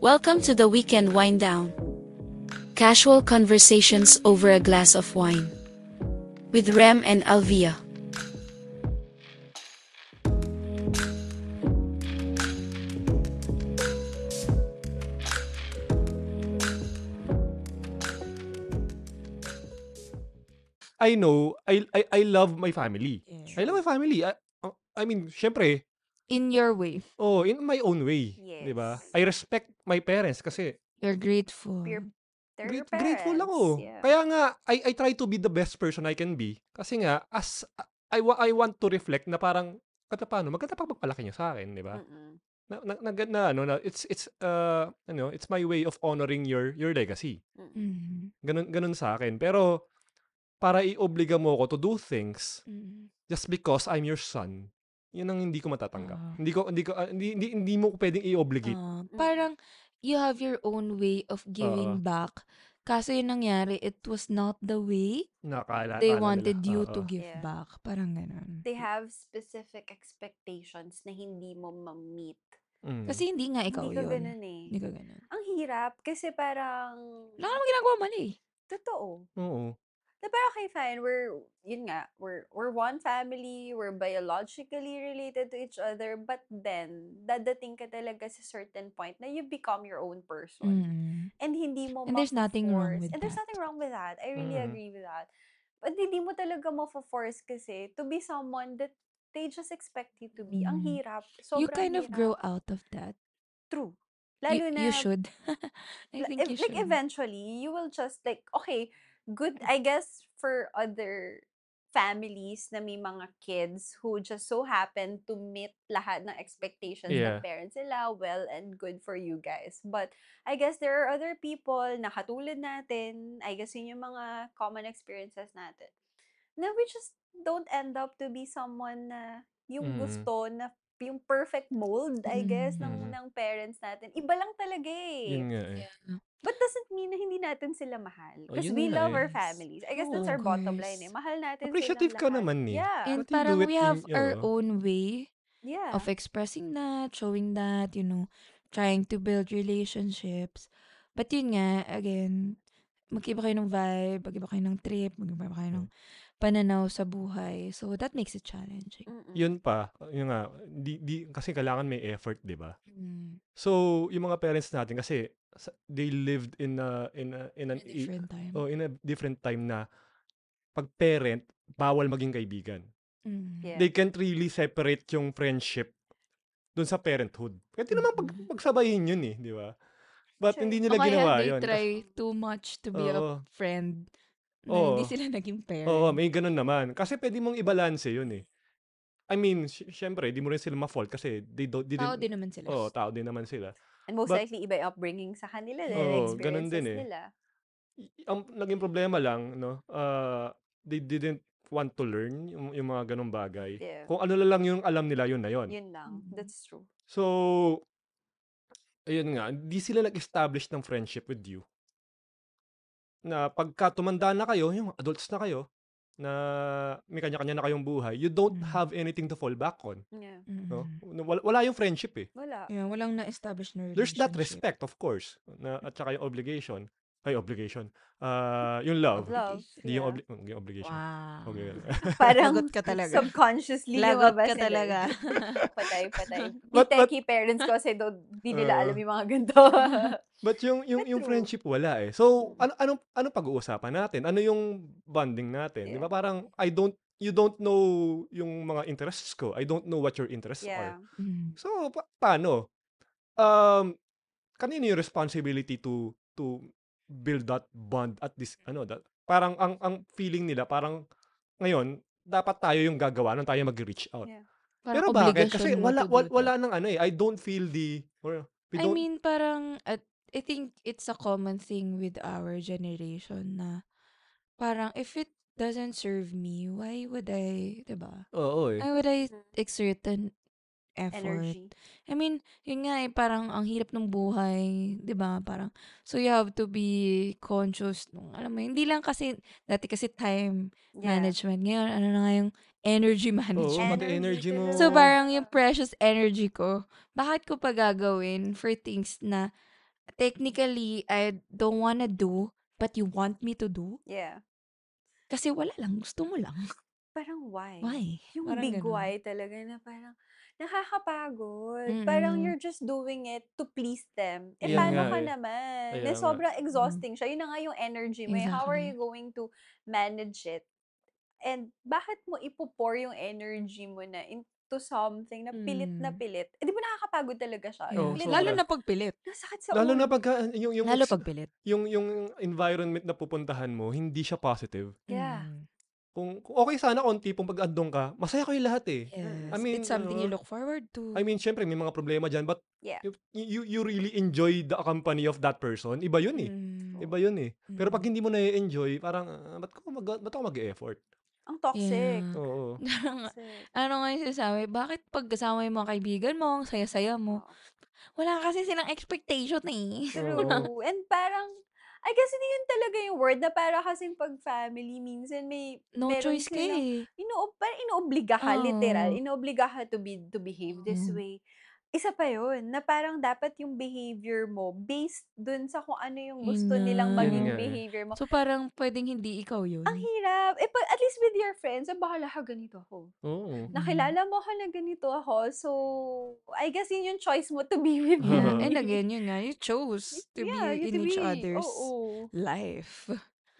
Welcome to the weekend wind down. Casual conversations over a glass of wine. With Rem and Alvia. I know I I, I love my family. Yes. I love my family. I, uh, I mean, syempre, In your way. oh, in my own way, 'di ba? Yes. I respect my parents kasi You're grateful. Your- They're your grate- grateful parents, ako. yeah. Kaya nga I I try to be the best person I can be kasi nga as I wa- I want to reflect na parang kata paano maganda pa pagpalaki niya sa akin, 'di ba? Mm-mm. Na, na, na, na, ano na it's it's uh ano, it's my way of honoring your your legacy. Mm-mm. Mhm. Ganun ganun sa akin. Pero para iobliga mo ako to do things Mhm. just because I'm your son, yun ang hindi ko matatanggap. Ah. Hindi ko hindi ko ah, hindi, hindi, hindi mo ko pwedeng i-obligate. Ah, parang you have your own way of giving back. Kaso yung nangyari, it was not the way Nakala Ah. they ala nila. wanted you Oo. to give Yeah. back. Parang ganun. They have specific expectations na hindi mo ma-meet. Mm. Kasi hindi nga ikaw hindi ka yun. ganun eh. Hindi ka ganun. Ang hirap kasi parang... Wala ka naman ginagawa mali. Totoo. Oo. Na parang okay, fine. We're, yun nga, we're, we're one family, we're biologically related to each other, but then, dadating ka talaga sa certain point na you become your own person. Mm. And hindi mo And there's nothing mapo-force- wrong with And there's that. Mm-hmm. nothing wrong with that. I really Mm-mm. agree with that. But hindi mo talaga ma-force kasi to be someone that they just expect you to be. Ang Mm. hirap. Sobrang you kind of hirap. grow out of that. True. Lalo You, na you should. I La- think ev- you should. Mm. like eventually you will just like okay good i guess for other families na may mga kids who just so happen to meet lahat ng expectations Yeah. ng parents nila well and good for you guys but i guess there are other people na katulad natin i guess yun yung mga common experiences natin na we just don't end up to be someone na yung Mm. gusto na yung perfect mold i guess ng Mm. ng parents natin iba lang talaga eh Yun nga eh. But doesn't mean na hindi natin sila mahal. Oh, Because yun we nga eh. love Oh, our families. I guess Oo, that's our of bottom line eh. course. Mahal natin Appreciative silang ka lahat. naman eh. Yeah. And But you do parang it we in have our your- own way yeah. of expressing that, showing that, you know, trying to build relationships. But yun nga, again, magkiba kayo ng vibe, magkiba kayo ng trip, magkiba kayo ng pananaw sa buhay. So, that makes it challenging. Mm-mm. Yun pa, yun nga, di, di, kasi kailangan may effort, di ba? Mm, So, yung mga parents natin kasi sa- they lived in a, in a, in an, a different time. oh, in a different time na pag parent, bawal maging kaibigan. Mm. Yeah. they can't really separate yung friendship dun sa parenthood. Kasi naman pag, Mhm. magsabayin yun eh, di ba? But Sure. hindi nila Okay, ginawa they yun. try too much to be Oo. a friend na hindi Oo. sila naging parent. Oo, Oh. may ganun naman. Kasi pwede mong ibalanse yun eh. I mean, sy- syempre, di mo rin sila ma-fault kasi they don't, they Tao didn't, din naman sila. oh, tao din naman sila. And most but- likely iba yung upbringing sa kanila. Their Oo, ganun experiences din eh. nila. Y- Ang naging problema lang, no, uh, they didn't want to learn yung, yung mga ganung bagay. Yeah. Kung ano na lang yung alam nila, yun na yun. Yun lang. Mhm. That's true. So, ayun nga, hindi sila nag-establish ng friendship with you. Na pagka tumanda na kayo, yung adults na kayo, na may kanya-kanya na kayong buhay, you don't Mm. have anything to fall back on. Yeah. Mm. No? Wal- Wala yung friendship eh. Wala. Yeah, walang na-establish na relationship. There's that respect, of course, na, at saka yung obligation. Ay, obligation. Mm. Ah, yung love. Of love. Hindi yung, yeah. obli- hindi yung obligation. Wow. Okay. Parang Lagot ka talaga. subconsciously Lagot lumabas ka sila talaga. eh. patay, patay. But- But, but- parents ko kasi don't, di Uh, nila alam yung mga ganito. But yung, yung, yung true. friendship, wala eh. So, ano, anong, anong pag-uusapan natin? Ano yung bonding natin? Di ba? Yeah. Parang, I don't, you don't know yung mga interests ko. I don't know what your interests are. yeah. Mm. So, pa- paano? Um, kanino yung responsibility to to build that bond at this ano that parang ang ang feeling nila parang ngayon dapat tayo yung gagawa nung tayo mag-reach out. Yeah. Pero Parang bakit? Kasi obligation mo wala to do wala, that. wala nang ano eh. I don't feel the or we I don't mean, parang, at, I think it's a common thing with our generation na parang if it doesn't serve me, why would I, 'di ba? oo eh. Why would I Mm. exert an effort? Energy. I mean, yun nga eh, parang ang hirap ng buhay, di ba? Parang, so you have to be conscious nung, alam mo, yun, hindi lang kasi, dati kasi time Yeah. management. Ngayon, ano na nga yung energy management. pati energy Oh, mo. talaga. So parang yung precious energy ko, bakit ko pa gagawin for things na technically, I don't wanna do, but you want me to do? Yeah. Kasi wala lang, gusto mo lang. Parang why? Why? Yung Parang big ganun. why talaga na parang nakakapagod. Parang Mm-mm. you're just doing it to please them. Eh, Yun paano nga ka eh. naman? Kaya Na nga. sobrang exhausting siya. Yun na nga yung energy mo. eh. How are you Exactly. going to manage it? And bakit mo ipo-pour yung energy mo na into something na pilit na Mm. pilit? Eh, di ba nakakapagod talaga siya? Yung Yeah. Oo, pilit Lalo Oh, na sobra. na pagpilit. nasakit sa Lalo na ulo. pagka ah, yung yung Lalo ex- pagpilit. yung yung environment na pupuntahan mo, hindi siya positive. Yeah. Mm. Kung, kung okay sana konti pong pag-andong ka, masaya kayo lahat eh. I Mm-mm. Yes. It's mean, something you uh, look forward to. I mean, syempre may mga problema diyan, but Yeah. you, you you really enjoy the company of that person. Iba 'yun eh. Mm. Iba 'yun eh. Pero pag Mm. hindi mo na-enjoy, parang ah, ba't ko mag ba't ako mag-effort? Ang toxic. Yeah. Oo. Parang, Toxic. ano nga yung sinasabi, bakit pag kasama yung mga kaibigan mo, ang saya-saya mo, Oo. wala kasi silang expectation eh. Wala. Oo. True. And parang, I guess hindi yun talaga yung word na para kasing pag family, minsan may, No meron choice ka silang, eh. inoob, parang inoobliga ka, literal, Oo. inoobliga ka to, be, to behave this Mm. way. Isa pa yun, na parang dapat yung behavior mo based dun sa kung ano yung Mm, Yun gusto nga. Mm. nilang Yun nga maging eh. behavior mo. So parang pwedeng hindi ikaw Ang yun. hirap. Eh, pag, at least with your friends, ah, bahala ka ganito ako. Oo. Mm. Nakilala mo ka na ganito ako, so I guess yun yung choice mo to be with Yeah. Mm. And me. again, yun nga, you chose to yeah, you be in to be. each Oo. other's life.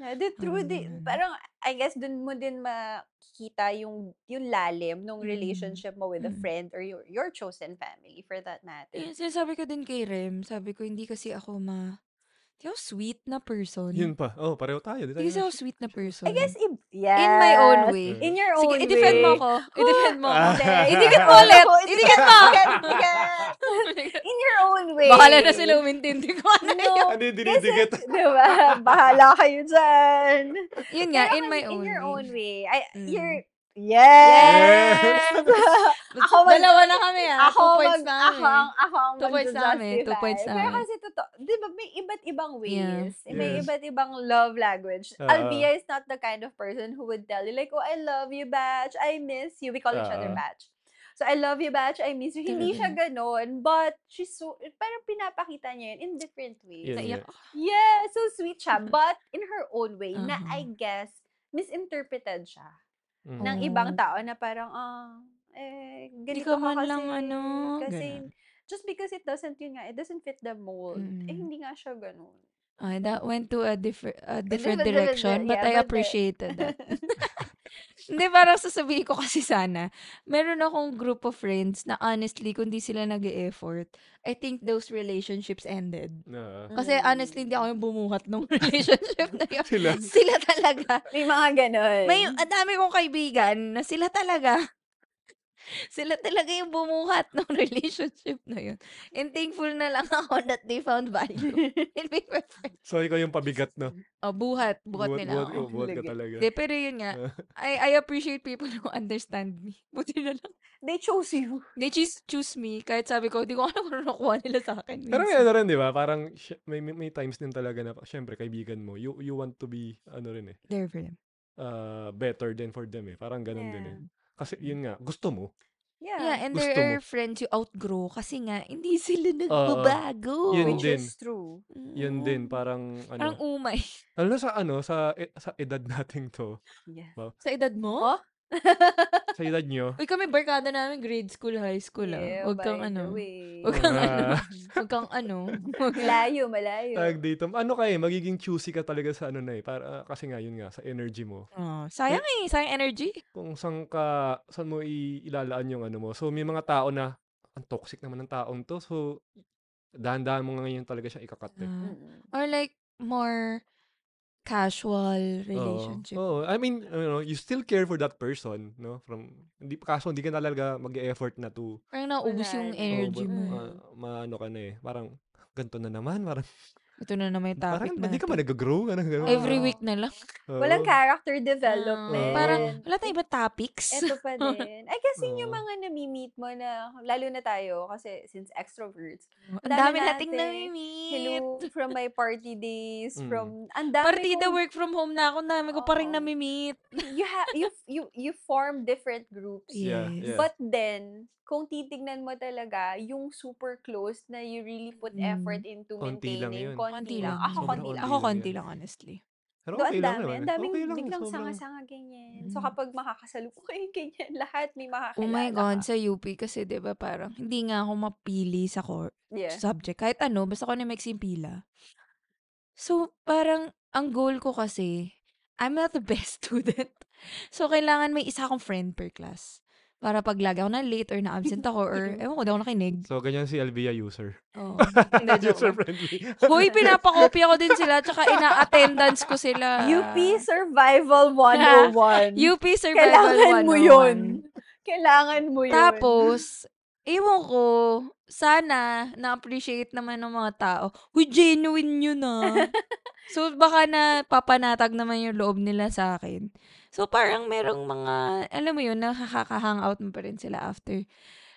Yeah, the true, Parang di, ganun. parang I guess dun mo din makikita yung, yung lalim ng Mm. relationship mo with a Mm. friend or your, your chosen family for that matter. Yun, Eh, sinasabi ko din kay Rem, sabi ko, hindi kasi ako ma... Hindi ako sweet na Yun person. pa. Oh, pareho tayo. Di Hindi tayo kasi ako masyado. sweet na I guess, person. if, In my own yes, way. in your Sige, own i-defend mo way. ako. Huh, I-defend mo ako. hindi, Idikit mo ay ulit! nako, hindi ka, Idikit mo! hindi ka, hindi ka. In your own Bahala na sila way. umintindi ko ano yun. No, Ano yung kasi, dinidikit? di ba, bahala kayo dyan. Yun nga, Pero in kasi my in own your way. own way, I, Mm. you're, yes! yes! ako mag, Dalawa na kami ah. ako Two points mag, na ako kami. ang, ako ang Two points na kami. Two points magja-justify. na Pero kami. kasi totoo, di ba, may iba't ibang Yeah. ways. May yes. Mm. iba't ibang love language. Ah, Albia is not the kind of person who would tell you like, oh, I love you, Batch. I miss you. We call each other ah, Batch. So, I love you, Batch. I miss you. Hindi siya Talaga. ganon. But, she's so, parang pinapakita niya yun in different ways. yun nga. Naiyak ako. Yeah, so sweet siya. But, in her own way, na Aha. I guess, misinterpreted siya ng Mm. ibang Oh. tao na parang, ah, eh, Di ganito ka ka man lang kasi, ano. Ganun. kasi, just because it doesn't, yun nga, it doesn't fit the mold, eh, Mm. hindi nga siya ganun. Uh, that went to a different a But the- but the- but different the- direction, but Yeah, but I uh, the, appreciated that. Hindi, parang sasabihin ko kasi sana, meron akong group of friends na honestly, kung di sila nag effort I think those relationships ended. Ah. Kasi honestly, hindi mm. ako yung bumuhat ng relationship na yun. Sila. Sila talaga. May mga May, ganun. ang dami kong kaibigan na sila talaga. Sila talaga yung bumuhat ng relationship na yun. And thankful na lang ako that they found value in being my friend. So, ikaw yung pabigat, no? Oh, buhat. Buhat Buhat, nila buhat, ako. oh, buhat ka Talaga. talaga. De, pero yun nga, Ah. I, I appreciate people who understand me. Buti na lang. They chose you. They choose, choose me. Kahit sabi ko, di ko alam kung ano nakuha nila sa akin Pero may ano minsan. rin, di ba? Parang sy- may, may, may times din talaga na, syempre, kaibigan mo, you, you want to be, ano rin eh, There for them. uh, better than for them eh. Parang ganun din eh. Yeah. Kasi, Mm. yun nga, gusto mo. Yeah, Yeah, and there Gusto mo. are friends you outgrow kasi nga, hindi sila Oo. yun nagbabago. which din. is true. Yun Mm, din, parang, parang ano, umay. alam na sa, ano, sa, e- sa edad nating to, Yes. wow, Sa edad mo? Oh? sa edad nyo, Uy, kami barkada namin grade school, high school ah. Oh, yeah, Huwag kang by the ano. Huwag way. kang ano. mga, Huwag kang ano. Huwag kang... Malayo, malayo. tag dito, ano kayo, magiging choosy ka talaga sa ano na eh, para, kasi nga, yun nga, sa energy mo. Kung, Oh, sayang eh. Sayang energy. kung saan ka, saan mo i- ilalaan yung ano mo. So, may mga tao na, ang toxic naman ng taong to. So, dahan-dahan mo ngayon talaga siya ikakat eh. Ah. Mm-mm. or like, more casual Oo. relationship. Oo. I mean, you know, you still care for that person, no? From, hindi, kaso hindi ka talaga mag-effort na to, Parang naubos Wala yung na. oh, energy but, mo eh. ma, Mm. maano ka na eh. Parang, ganito na naman, parang, Ito na naman yung topic Parang hindi ka natin. ba nag-grow? Ganun, ganun. Every Oo. week na lang. Oo. Walang character development. Ah, Parang wala tayong ibang topics. Ito pa din. I guess yun yung Oo. mga nami-meet mo na, lalo na tayo, kasi since extroverts. Ang dami dami nating natin. nami-meet. Hello, from my party days, Mm. from, ang dami Partida kong- work from home na ako, ang dami ko pa rin Oo. nami-meet. you, ha, you, you, you form different groups. Yeah, yeah. But then, kung titignan mo talaga, yung super close na you really put Mm. effort into Konti lang maintaining, yun. konti, lang. Ako, Sobrang konti lang. Ako lang konti yan. lang, honestly. Pero Doon okay lang dami. naman. Ang daming okay lang, biglang sobrang- sanga-sanga ganyan. So Mm. kapag makakasalukay ganyan, lahat may makakilala Oh my God, ka. sa UP kasi 'di ba parang hindi nga ako mapili sa core Yeah. subject. Kahit ano, basta ko na may pila. So, parang ang goal ko kasi, I'm not the best student. So, kailangan may isa akong friend per class. Para pag lagi ako na late or na-absent ako or True. ewan ko, daw nakinig. So, ganyan si Alvia user. Oo. Hindi, Not joke lang. user-friendly. Hoy, pinapakopya ko din sila tsaka ina-attendance ko sila. UP Survival 101. UP Survival Kailangan mo 101. yun. Kailangan mo yun. Tapos, ewan ko, sana na-appreciate naman ng mga tao. Uy, genuine yun ah. so, baka na papanatag naman yung loob nila sa akin. So, parang merong mga, alam mo yun, nakaka-hangout mo pa rin sila after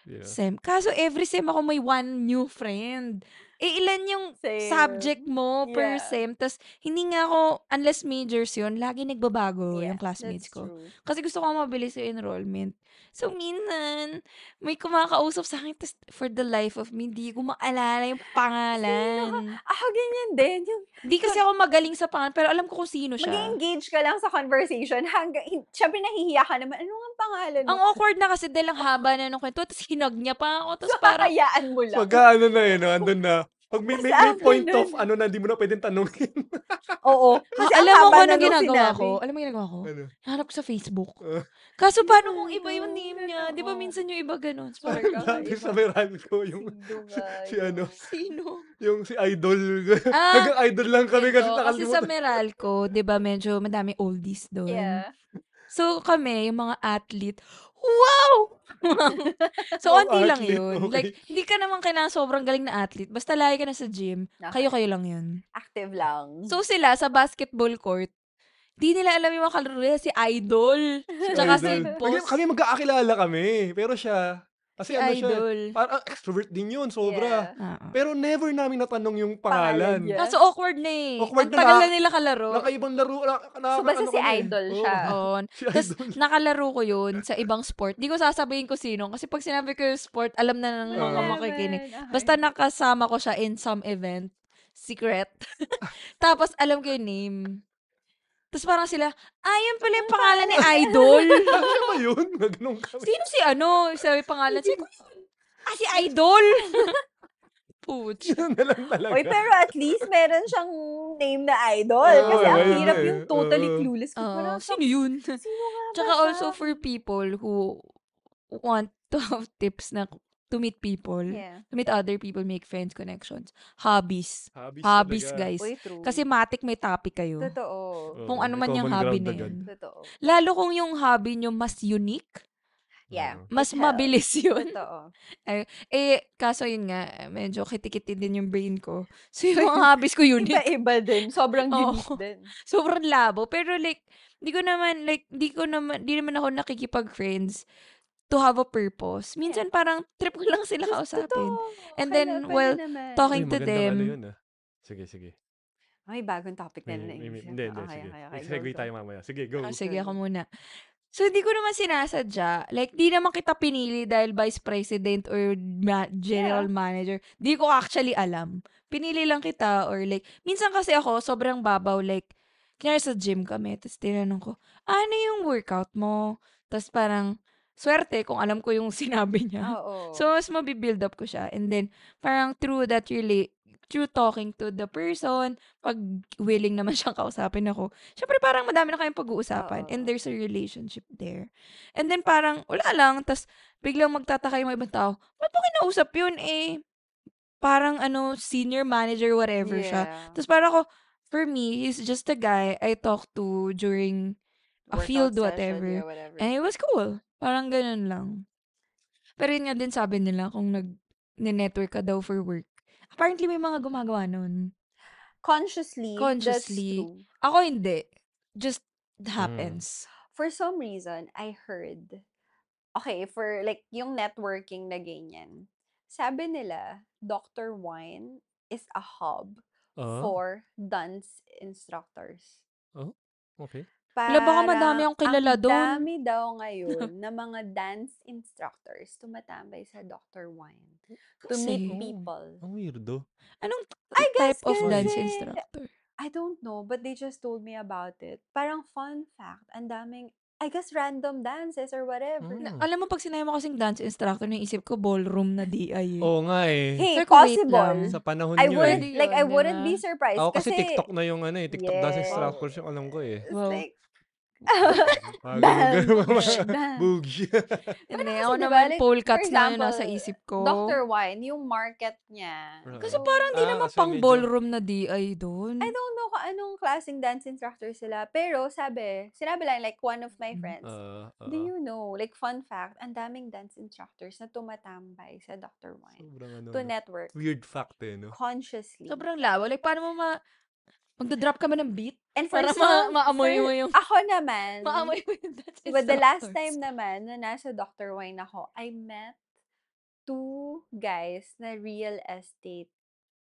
Yeah. sem. Kaso, every sem ako may one new friend. Eh, ilan yung Same. subject mo Yeah. per sem? Tapos, hindi nga ako, unless majors yun, lagi nagbabago Yeah, yung classmates that's ko. True. Kasi gusto ko mabilis yung enrollment. So, minsan, may kumakausap sa akin, tas for the life of me, hindi ko maalala yung pangalan. Ako Ah, ganyan din. Yung Hindi kasi ako magaling sa pangalan, pero alam ko kung sino siya. mag-engage ka lang sa conversation hanggang, hin- syempre nahihiya ka naman. Ano ang pangalan mo? Ang awkward na kasi dahil ang haba na nung kwento, tapos hinag niya pa ako, tapos parang, Hayaan mo lang. Pag ano na eh, no? andun na. Pag may, may, may Saan point ganun? of ano na, hindi mo na pwedeng tanongin. Oo. Kasi ang alam mo haba kung na anong nung ginagawa sinabi. ko? Alam mo ginagawa ko? ano? Hanap ko sa Facebook. Uh, Kaso paano kung my iba yung God, name niya? Di ba oo. minsan yung iba ganun? So, Sorry, parang Kakaiba. dati sa viral ko yung si ano, sino? yung si idol. Ah, Hanggang idol lang kami kasi Ito, kasi sa nakalimutan. Meralco, di ba medyo madami oldies doon. Yeah. So kami, yung mga athlete, wow! so, Wow, onti lang athlete, yun. okay. Like, hindi ka naman kailangan sobrang galing na athlete. Basta lagi ka na sa gym, Okay. kayo-kayo lang yun. Active lang. Mm. So sila, sa basketball court, di nila alam yung mga kalorya, si Idol. tsaka si Idol. boss. Kami- Kami magkakakilala kami. Pero siya, kasi Si ano siya, Idol. parang extrovert din yun, sobra. Yeah. Oo. Pero never namin natanong yung pangalan. Pangalan niya. Kaso awkward na eh. Awkward Ang na tagal na- na nila kalaro. Ah, Nakaibang laro. Na, na, So, basta ano kami si eh. idol Oo. siya. Oo. Si Tapos, idol. nakalaro ko yun sa ibang sport. Di ko sasabihin ko sino. Kasi pag sinabi ko yung sport, alam na ng mga Oo. makikinig. Malaman. Basta Okay. nakasama ko siya in some event. Secret. Tapos, alam ko yung name. Tapos parang sila, ah, yun pala yung pangalan ni Idol. Siya ba yun? Ganun kami. Sino si ano? Sabi pangalan. Sabi ko yun. Ah, si Idol. Puch. Yun na lang talaga. Uy, pero at least meron siyang name na idol. Oo, Kasi ang ayun hirap eh. yung totally Oo. clueless. Kung Oo, parang, sino yun? sino nga ba Tsaka siya? also for people who want to have tips na to meet people, Yeah. to meet other people, make friends, connections, hobbies. Hobbies, Hobbies, talaga. guys. Uy, true. Kasi matik may topic kayo. Totoo. Oo, Kung ano may man yung common hobby ground na agad. yun. Totoo. Lalo kung yung hobby nyo mas unique, Yeah. Oo. it mas helps. mabilis yun. Totoo. Ay, eh, kaso yun nga, medyo kitikiti din yung brain ko. So yung mga hobbies ko unique. Iba-iba din. Sobrang Oo. unique din. sobrang labo. Pero like, di ko naman, like, di ko naman, di naman ako nakikipag-friends to have a purpose. Minsan parang trip ko lang sila kausapin. Totoo. And then, Kailangan well, naman. Uy, talking to magandang ano them. yun ah. Sige, sige. Ay, bagong topic May, na lang may, may, naisip. hindi, hindi, Okay, sige. okay, okay. May Go, segue go. tayo mamaya. Sige, go. Ah, sige, Go, ako go. muna. So, hindi ko naman sinasadya. Like, di naman kita pinili dahil vice president or ma- general manager. Di ko actually alam. Pinili lang kita or like, minsan kasi ako, sobrang babaw. Like, kaya sa gym kami, tapos tinanong ko, ano yung workout mo? Tapos parang, swerte kung alam ko yung sinabi niya. Oo. So, mas mabibuild up ko siya. And then, parang through that really, through talking to the person, pag willing naman siyang kausapin ako, syempre parang madami na kayong pag-uusapan. Oo. And there's a relationship there. And then parang, wala lang, tas biglang magtataka yung mga ibang tao, ba't mo kinausap yun eh? Parang ano, senior manager, whatever siya. yeah. Tapos parang ako, for me, he's just a guy I talk to during a Workout field, session, whatever. yeah, whatever. And it was cool. Parang ganun lang. Pero yun nga din sabi nila kung nag network ka daw for work. Apparently may mga gumagawa nun. Consciously, Consciously. that's true. Ako hindi. Just happens. For some reason, I heard, okay, for like yung networking na ganyan, sabi nila, Dr. Wine is a hub Ah, for dance instructors. okay. Wala, baka madami Parang ang kilala ang doon. dami daw ngayon na mga dance instructors tumatambay sa Dr. Wine to meet Kasi? people. Oh. Ang weirdo. Anong t- I Ano type guess of dance kasi- instructor? I don't know, but they just told me about it. Parang fun fact, ang daming, I guess random dances or whatever. Mm. Na- alam mo, pag sinabi mo kasing dance instructor, naisip ko ballroom na DI eh. Oo nga eh. Hey, Sir, ko wait lang. possible. Sa panahon I nyo eh. would, Pwede like, I yun, di wouldn't ba? be surprised. Ako kasi TikTok na yung ano eh. TikTok dance Yes. instructors yung alam ko eh. It's Wow. like, Ah, dance, ganun- ganun. dance. Boogie. Hindi, kasi, ako di ba, naman like, pole for cuts na yun nasa example, isip ko. Dr. Wine, yung market niya. Kasi So, parang di Ah, naman kasi pang medyo- ballroom na DI doon. I don't know kung anong klaseng dance instructor sila. Pero sabi, sinabi lang, like, one of my Mm. friends, Ah, ah, do ah. you know, like, fun fact, ang daming dance instructors na tumatambay sa Dr. Wine Sobrang ano. to no? network Weird fact eh, no? consciously. Sobrang lawa. Like, paano mo ma... Magda-drop ka ba ng beat? And for Para ma- some, maamoy for- mo yung... Ako naman, Maamoy mo yung dance instructors. But the last time naman na nasa Dr. Wine ako, I met two guys na real estate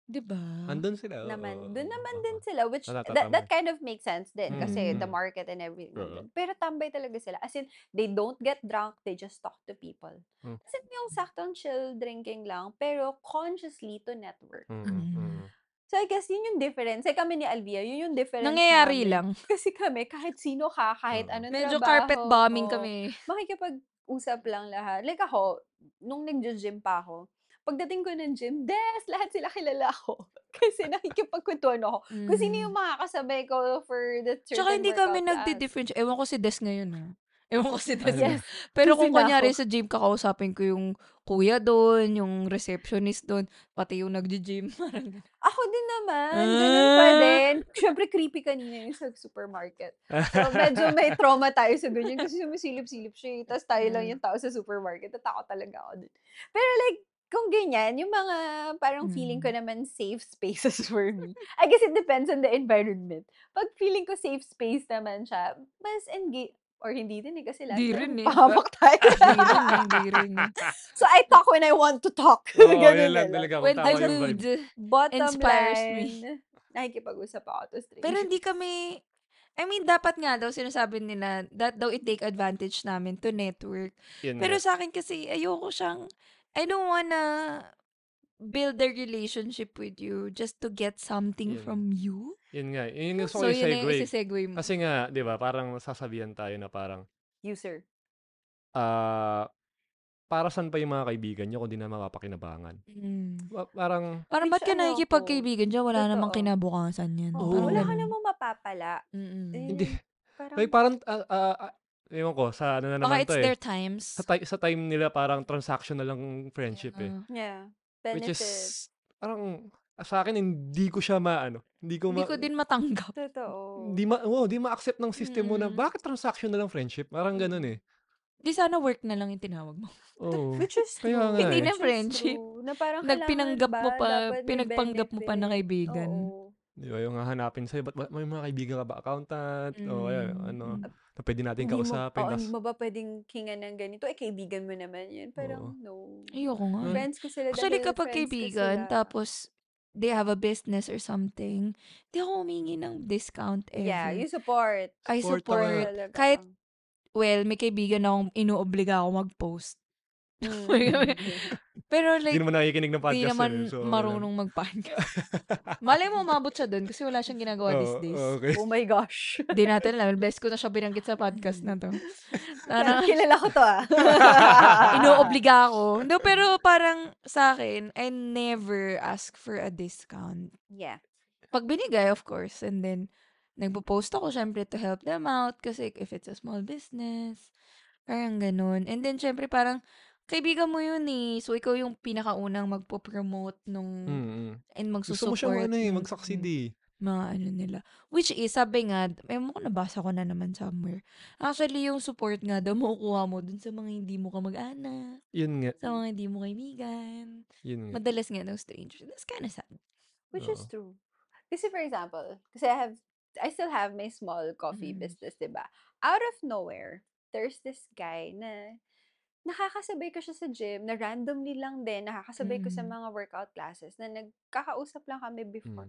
Diba? Andun sila. oo, Ah, oo, naman. Doon oo, naman oo, din oo. sila, which Wala, that, that tatambay. kind of makes sense din kasi Mm, the mm. market and everything. Oo. nandun. Pero tambay talaga sila. As in, they don't get drunk, they just talk to people. Mm. Hmm. As in, yung saktong chill drinking lang, pero consciously to network. Mm, mm, mm, Mm. mm. So I guess yun yung difference. Eh kami ni Alvia, yun yung difference Nangyayari namin. lang. Kasi kami, kahit sino ka, kahit Oo. anong Medyo trabaho. carpet bombing oo, kami. Makikipag-usap lang lahat. Like ako, nung nag-gym pa ako, pagdating ko ng gym, des, lahat sila kilala ko. Kasi nakikipagkwentuhan ako. Kung sino Mhm. yung makakasabay ko for the certain Tsaka hindi workout kami class. nagdi-differentiate. Ewan ko si Des ngayon ha. Ewan ko si Des. Ano? Yes. Pero busy kung na kunyari ako. sa gym, kakausapin ko yung kuya doon, yung receptionist doon, pati yung nagji-gym. Parang ganun. Ako din naman. Ganun pa Ah. din. Siyempre, creepy kanina yung sa supermarket. So, medyo may trauma tayo sa ganyan kasi sumisilip-silip siya. eh. Tapos tayo lang Mm. yung tao sa supermarket. Natakot talaga ako dun. Pero like, kung ganyan, yung mga parang feeling ko Mm. naman safe spaces for me. I guess it depends on the environment. Pag feeling ko safe space naman siya, mas engage, or hindi din eh, kasi last Di time rin eh. pahamak tayo. Di rin eh, di rin eh. so, I talk when I want to talk. Oo, Ganun yun lang na lang. talaga. Kung When tama the yung vibe. mood Bottom inspires me. line, nakikipag-usap ako to strangers. Pero hindi kami, I mean, dapat nga daw sinasabi nila that daw it take advantage namin to network. Yun Pero nga. sa akin kasi, ayoko siyang, I don't wanna build a relationship with you just to get Yun. something from you. Yun nga. Yun yung gusto ko So, yun na yung i-segue. isisegue mo. Kasi nga, di ba, parang sasabihan tayo na parang, User. ah, para saan pa yung mga kaibigan nyo kung di na makapakinabangan? Mm. Ma- parang, Parang Which ba't ka ano ako, nakikipagkaibigan dyan? Wala namang totoo. kinabukasan yan. Oo, Parang Oo. wala ka ganun. namang mapapala. Mm-mm. Ayun hindi. yung parang, Like, parang, ah, ah, ah, ewan ko, sa ano na Baka naman to it's eh. their times. Sa, ti- sa time nila, parang transactional lang friendship eh. Yeah. yeah, Which benefit. is, parang, ah, sa akin, hindi ko siya maano. Hindi ko Hindi ma... ko din matanggap. Totoo. Hindi ma, oh, di ma-accept ng system mo na Mm. bakit transactional ang friendship? Parang ganun Mm. eh. Di sana work na lang yung tinawag mo. Oo. Which is Kaya true. nga Hindi eh. na Which is friendship. true. Na Ah, parang kailangan Nagpinanggap mo ba, pa, dapat may pinagpanggap mo pa na benefit. eh. kaibigan. Oo. Di ba yung hahanapin sa'yo, ba't, ba't may mga kaibigan ka ba? Accountant? O kaya, ano, Mm. na pwede natin Hindi mo, kausapin. oo, hindi tas mo ba pwedeng hingan ng ganito? Eh, kaibigan mo naman yun. oo. Parang, no. Ayoko nga. Nun- Friends ko sila Actually, dahil kapag friends ko kaibigan, sila. tapos they have a business or something, di ako humingi ng discount Yeah, ever. you support. I support talaga. support. Talaga. Kahit, well, may kaibigan akong inuobliga ako mag-post. Mm. Pero Hindi like, naman nakikinig ng di podcast yun eh. naman So, okay lang. marunong mag-podcast. Malay mo, umabot siya doon kasi wala siyang ginagawa Oo, these days. okay. oh my gosh. Di natin alam. Best ko na siya binanggit sa podcast na to. Parang Parang, kilala ko to ah. inoobliga ako. No, pero parang sa akin, I never ask for a discount. Yeah. Pag binigay, of course, and then, Mm. nagpo-post ako, syempre, to help them out. Kasi if it's a small business, parang ganun. And then, syempre, parang, kaibigan mo yun eh. So, ikaw yung pinakaunang magpo-promote nung, Mm-mm. and Mm, Gusto mo siyang magsusupport mm. ano eh, nung mag-succeed eh. mga ano nila. Which is, sabi nga, may mo ko nabasa ko na naman somewhere. Actually, yung support nga daw, makukuha mo dun sa mga hindi mo kamag-anak, Yun nga, sa mga hindi mo kaibigan. yun nga. Madalas nga ng strangers. That's kind of sad. Which Oo. is true. Kasi for example, kasi I have, I still have my small coffee Mhm. business, di ba? Out of nowhere, there's this guy na nakakasabay ko siya sa gym, na randomly lang din, nakakasabay ko sa Mm. mga workout classes, na nagkakausap lang kami before.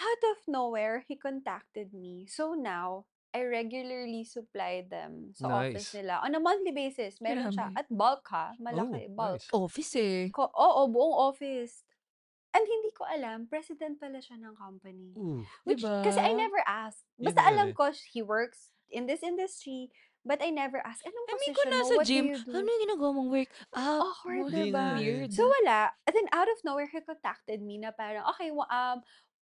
Out of nowhere, he contacted me. So now, I regularly supply them sa office Nice. nila. On a monthly basis, meron siya. Grabe. At bulk ha, malaki, Oh, bulk. nice. Office eh. Ko, oo, buong office. And hindi ko alam, president pala siya ng company. Ooh, Hmm, Which, kasi I Diba? never asked. Yun Basta nga alam eh. ko, sh- he works in this industry, but I never asked, anong Amin position ko mo? nasa What gym. do you do? Ano yung ginagawa mong work? Ah, Awkward, what? Hindi diba? nga eh. Weird. So wala. And then out of nowhere, he contacted me na parang, okay, wa- um,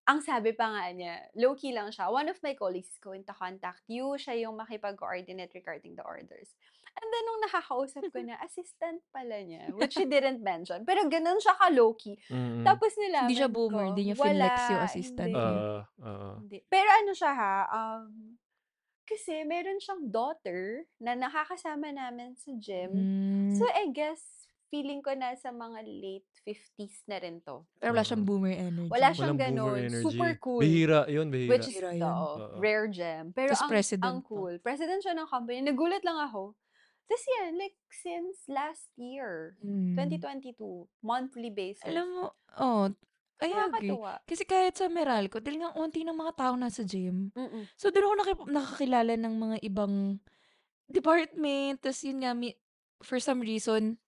ang sabi pa nga niya, low-key lang siya. One of my colleagues is going to contact you. Siya yung makipag-coordinate regarding the orders. And then nung nakakausap ko na, assistant pala niya, which he didn't mention. Pero ganun siya ka-low-key. Mm-mm. Tapos nilaman siya boomer, ko, Mm. hindi niya finlex yung wala, assistant hindi, niya. Ah, ah, ah. hindi. Pero ano siya ha, um, kasi meron siyang daughter na nakakasama namin sa gym. Mm. So, I guess, feeling ko na sa mga late 50s na rin to. Pero wala siyang Oo. boomer energy. Wala siya. siyang Walang boomer ganun. energy. Super cool. Bihira, yun, bihira. Which is, Bira yun. oo, Oo. rare gem. Pero Tas ang, ang president pa. cool. President siya ng company. Nagulat lang ako. Tapos yan, like, since last year, Mm. 2022, monthly basis. Alam mo, oh, I agree. nakakatuwa. Kasi kahit sa Meralco, talagang unti ng mga tao nasa gym. Mm-mm. So, doon ako nakip- nakakilala ng mga ibang department. Tapos yun nga, mi- for some reason,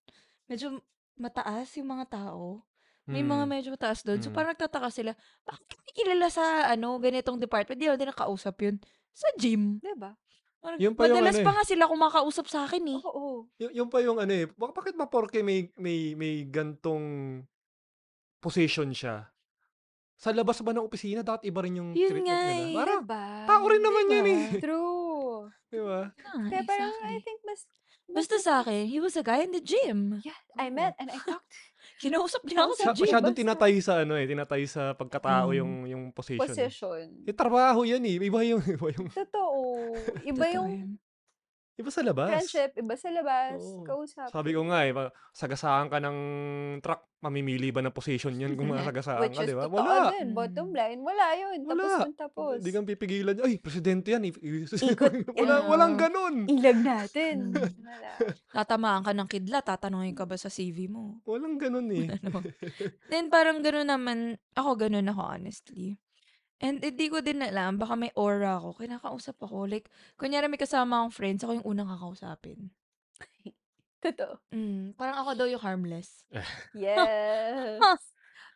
medyo mataas yung mga tao. May mga Mm. medyo mataas doon. So, Mm. parang nagtataka sila, bakit may kilala sa, ano, ganitong department? Di ako din nakausap yun. Sa gym. Diba? Parang, Yun pa yung madalas ano pa eh. nga sila kumakausap sa akin eh. Oo. oo. Y- yun pa yung ano eh. Bak- Bakit ba porke may, may, may gantong position siya? Sa labas ba ng opisina, dapat iba rin yung Yun treatment nga nila. eh. Parang, Diba? tao rin naman yan eh. Diba? True. Di ba? Ah, Kaya parang, I exactly. think, mas, mas Basta sa akin, he was a guy in the gym. Yeah, I Oo. met and I talked. Kinausap niya ako sa Masya- Kausap gym. niya. masyadong Basta. tinatay sa ano eh, tinatay sa pagkatao Mm. yung yung position. Eh. Position. Eh, trabaho yan eh. Iba yung, iba yung, Totoo. Iba Totoo yung yun. iba sa labas. friendship, iba sa labas, Oo. kausap. Sabi ko nga eh, ma- sagasaan ka ng truck, mamimili ba ng position yan kung masagasaan Which ka, di is ba? totoo Wala! din. Mm. Bottom line, wala yun. Tapos Wala! dun tapos. Hindi kang pipigilan. Ay, presidente yan. i- i- Ikot Wala, yan. walang ganun! Ilag natin. Mm. Wala. Tatamaan ka ng kidlat, tatanungin ka ba sa CV mo? Walang ganun eh. Ano? Then parang gano'n naman, ako gano'n ako honestly. And hindi ko din alam, baka may aura ako, kinakausap ako. Like, kunyari may kasama akong friends, ako yung unang kakausapin. Totoo. Mm, parang ako daw yung harmless. Yes.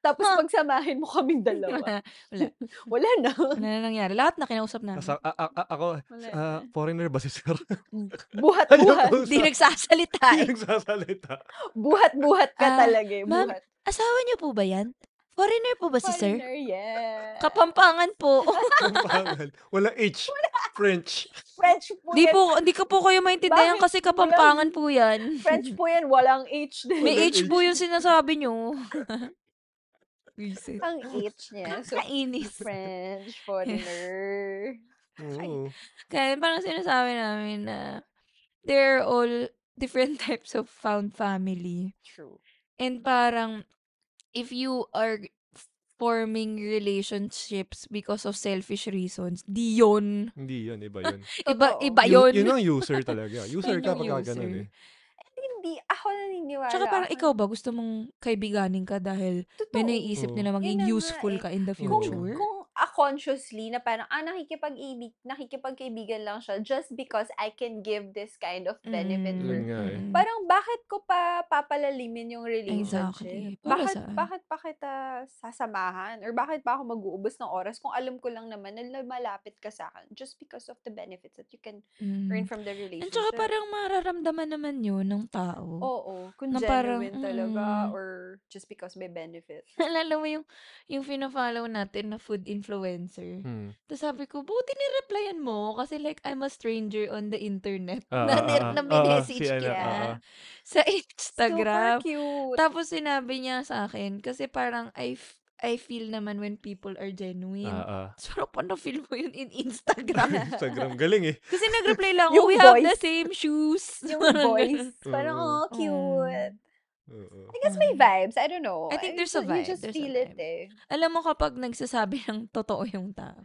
Tapos Ha. pagsamahin mo kaming dalawa. Wala. Wala na. Wala na Ano nangyari. Lahat na kinausap namin. Nasa, a- a- a- ako, Wala ah, na. foreigner ba si sir? Ayaw Buhat-buhat. Hindi kausap. nagsasalita Hindi eh. nagsasalita. Buhat-buhat ka Ah, talaga. eh, ma'am, Buhat. Asawa niyo po ba yan? Foreigner po ba si sir? Foreigner, yeah. Kapampangan po. Ang pangal. Wala H. French. French po Di yan. po, hindi ko po kayo maintindihan Bakit kasi kapampangan po yan. French po yan, walang H din. May Walang H po yung sinasabi nyo. Visit. Ang H niya. So, Kainis. French, foreigner. Oo. Kaya parang sinasabi namin na they're all different types of found family. True. And parang if you are forming relationships because of selfish reasons, di yun. Hindi yun, iba yun. Iba, Totoo. iba Yu- yun. yun ang user talaga. User Yun ka yung pagka user. ganun eh. Hindi, ako naniniwala. Tsaka parang ako. ikaw ba, gusto mong kaibiganin ka dahil may Totoo. naiisip Oo. nila Yun maging na nga useful eh. ka in the Kung, Oo. future? kung ah, consciously na parang, ah, nakikipag-ibig, nakikipagkaibigan lang siya just because I can give this kind of benefit Yun or Mm, nga eh. mm, parang bakit ko pa papalalimin yung relationship? Exactly. Para bakit saan? bakit pa kita sasamahan or bakit pa ako mag-uubos ng oras kung alam ko lang naman na malapit ka sa akin just because of the benefits that you can earn Mm. from the And tsaka relationship. parang mararamdaman naman yun ng tao. Oo, kung Mm. Na parang, genuine talaga mm, or just because may benefit. Alala mo yung, yung fina-follow natin na food influencer. Hmm. Tapos sabi ko, buti ni-replyan mo kasi like I'm a stranger on the internet. Ah, Na, ah, ah, nir- ah, na ah, ah, si minessage ano, ah, ah. kita sa Super Instagram. cute. Tapos sinabi niya sa akin, kasi parang I, f- I feel naman when people are Ah, genuine. ah. So, paano feel mo yun in Instagram? Instagram, galing eh. Kasi nag-reply lang ako, yung we have the voice, same shoes. yung Parang voice, ganun. parang Oo. oh, Oo. cute. Oo. I guess may Ah. vibes. I don't know. I think You there's a ju- You vibe, just there's a feel it vibe. eh. Alam mo kapag nagsasabi ng totoo yung tao.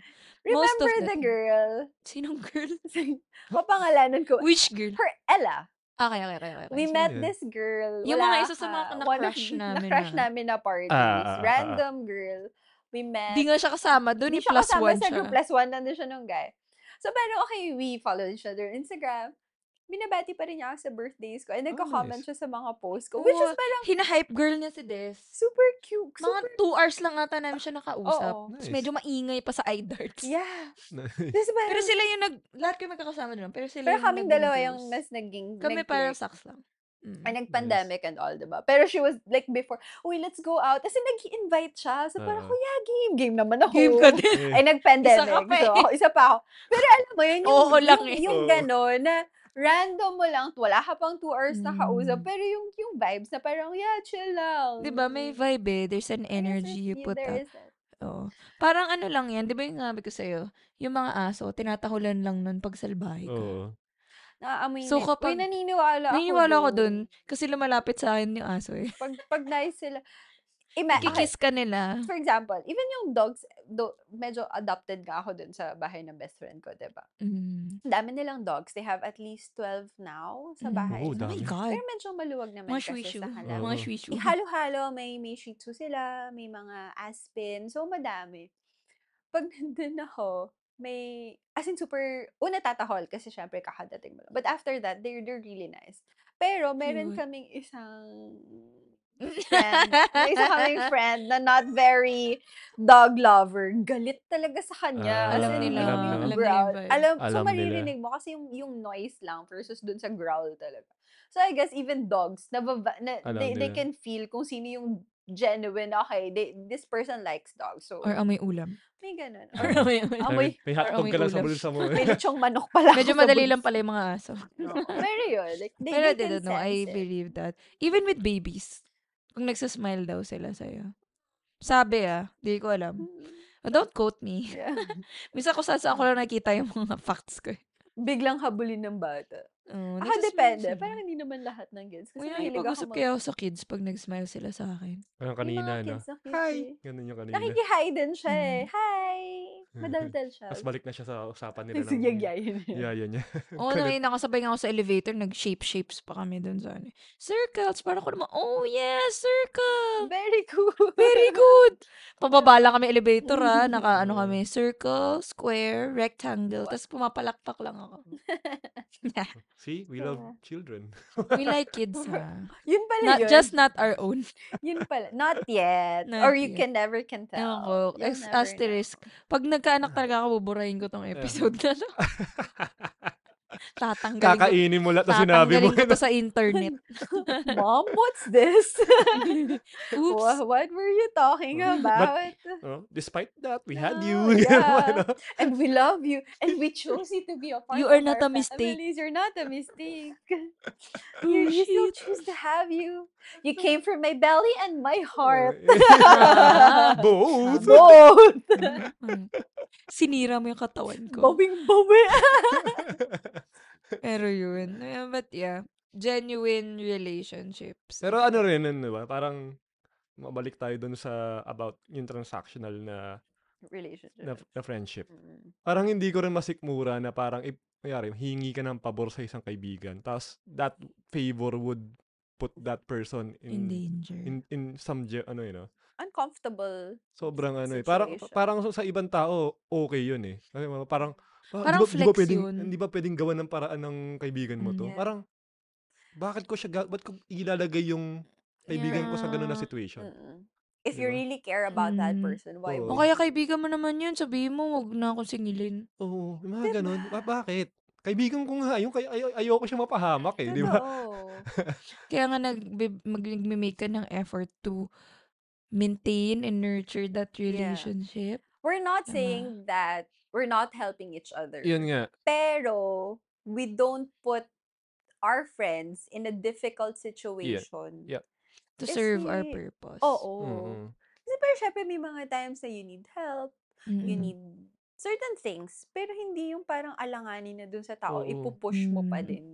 Most Remember of the the time. girl? Sinong girl? Papangalanan ko. Which girl? Her Ella. Okay, okay, okay. okay. We sino met yun? this girl. Yung wala mga isa sa mga ka. na- One of crush the- namin Na-crush na. namin na parties. Ah, ah, ah, ah. Random girl. We met. Di nga siya kasama doon, Hindi yung siya plus kasama one sa siya. group. Plus one nandun siya nung guy. So, pero okay, we follow each other on Instagram. Binabati pa rin niya ako sa birthdays ko. And Oh, nagko-comment nice. siya sa mga posts ko. Which is Oo, parang Hina-hype girl niya si Des. super cute. Mga Super, two hours lang ata namin siya nakausap. oo. Tapos Nice. medyo maingay pa sa eye darts. Yeah. Nice. Tapos parang, Pero sila yung nag... Lahat kayo magkakasama doon. Pero sila pero yung kaming naging dalawa close. yung mas naging, Kami nag-click. parang saks lang. Mm. Ay, nag-pandemic and all, diba? Pero she was like before, uy, let's go out. Kasi nag-invite siya. So parang, Ah. kuya, game. Game naman ako. Game ka Eh, din. Ay, nag-pandemic. pa eh. so, ako, isa pa ako. Pero alam mo, yun, yung, Oo lang yung, eh. yung Oo. gano'n, na random mo lang, wala ka pang two hours na kausap, Mm. pero yung, yung vibes na parang, yeah, chill lang. Di ba? May vibe eh. There's I guess an energy there's- you yeah, put there out. is that. Oo. Parang ano lang yan. Di ba yung sabi ko sa'yo? Yung mga aso, tinatahulan lang nun pag salbahe ka. Oo. Naamoy na. So, Uy, kapag- naniniwala ako Naniniwala ako dun. dun. Kasi lumalapit sa akin yung aso eh. Pag, pag nice sila. Ima- okay, Kikiss ka nila. for example, even yung dogs, do, medyo adopted nga ako dun sa bahay ng best friend ko, diba? Mm. Ang dami nilang dogs. They have at least 12 now sa Mm. bahay. Oo, Oh my dami. God. Pero medyo maluwag naman Mga kasi shwishu. sa kanila. Mga Oo. shwishu. Ihalo-halo, may, may shih tzu sila, may mga aspen. So, madami. Pag nandun ako, may, as in super, una tatahol kasi syempre kakadating mo lang. But after that, they're, they're really nice. Pero meron Cute. kaming isang friend, may isa kaming friend na not very dog lover. Galit talaga sa Ah, kanya. As alam in, nila. yung, yung Alam nila growl. yung vibe. Alam, so Alam nila. maririnig mo kasi yung, yung noise lang versus dun sa growl talaga. So I guess even dogs, nababa, na, Alam they, they nila. can feel kung sino yung genuine, okay, they, this person likes dogs. Or So, um, amoy ulam. may ganun. Or Or, Oo. amoy ulam. May, amoy, may Or hotdog amoy ka lang sa ulam. bulsa mo. may lechong manok pala Medyo ako sa madali lang bulsa. pala yung mga aso. Oo. Pero yun, like, they, eh. Pero they I can don't know. I sense it. believe that. Even with babies. Kung nagsasmile daw sila sa'yo. Sabi ah. Di ko alam. Mm, Oh, don't quote me. Yeah. Misa ko saan saan ko lang nakita yung mga facts ko. eh. Biglang habulin ng bata. Oh, Ako nagsasmile Ah, depende. sila. Parang hindi naman lahat ng kids. Uy, Kasi mahilig ako nakikipag-usap mag... kaya ako sa kids pag nag-smile sila sa akin. Parang May mga kanina, no? kids na cute eh. Hi! Ganun yung kanina. Nakiki-hi din siya eh. Mm. Hi! Madaldal siya. Tapos balik na siya sa usapan nila ng Nagsigyagyayin ano. niya. yeah, yan niya. Oo, na Kulit. may nakasabay nga ako sa elevator, nag-shape-shapes pa kami dun sa ano. eh. Circles! Parang ko naman, oh yeah, circle! Very cool. Very good! Pababa lang kami elevator ha, naka ano Oo. kami, circle, square, rectangle, tapos pumapalakpak lang ako. See, we love Yeah. children. We like kids ha. Yun pala Not, Ano yun. just not our own. Yun pala. Not yet. Not Or you yet. can never can Ewan tell. ko, You'll ex- never know. asterisk. Pag nagkaanak talaga ako, buburahin ko tong episode na to. Tatanggalin ko, Kakainin mo lahat na sinabi mo. tatanggalin ko eh, no? to sa internet. Mom, what's this? Oops! Wha- what were you talking Oh, But, about? oh, despite that, we had No, you. ano. Ganun mo, yeah. no? And we love you. And we chose you to be a part You are of not our a mistake. families. You're not a mistake. You, Oh, you still shit. choose to have you. You came from my belly and my heart. Ah, Both. tama. Both. Mm. Sinira mo yung katawan ko. Bawing bawi. Pero yun. Eh, But yeah, genuine relationships. Pero I ano think. rin, ano ba? Parang, mabalik tayo dun sa about yung transactional na na, Relationship. na friendship. Mm. Parang hindi ko rin masikmura na parang if kayari, hingi ka ng pabor sa isang kaibigan. Tapos that favor would put that person in In danger. in in some ge- ano you know. Uncomfortable Sobrang ano eh. Parang situation. parang sa ibang tao okay 'yun eh. Kasi mga parang "Ah, di ba di Parang ba flex pwedeng yun. hindi ba pwedeng gawan ng paraan ng kaibigan mo Mm. to? Hmm, Yeah. Parang bakit ko siya ga- ba't ko ilalagay yung kaibigan ko sa ganun na Yeah. situation? Mm-mm. If Di you ba? really care about that Mm. person, why O would Oo. kaya you? kaibigan mo naman yun, sabihin mo, wag na akong singilin. Oo, yung mga Diba? ganun. Ba, bakit? Kaibigan ko nga, yung kay, ay, ayoko siya mapahamak eh, di ba? oh. Totoo. Kaya nga nag, mag-make ka ng effort to maintain and nurture that Yeah. relationship. We're not Tama. saying that we're not helping each Yun other. nga. Pero we don't put our friends in a difficult Yun. situation. Yep. To serve our Kasi, purpose. oo. Mm-mm. Kasi pero syempre may mga times na you need help, you Mm-mm. need certain things, pero hindi yung parang alanganin na dun sa tao, Oo. ipupush mo pa Mm. din.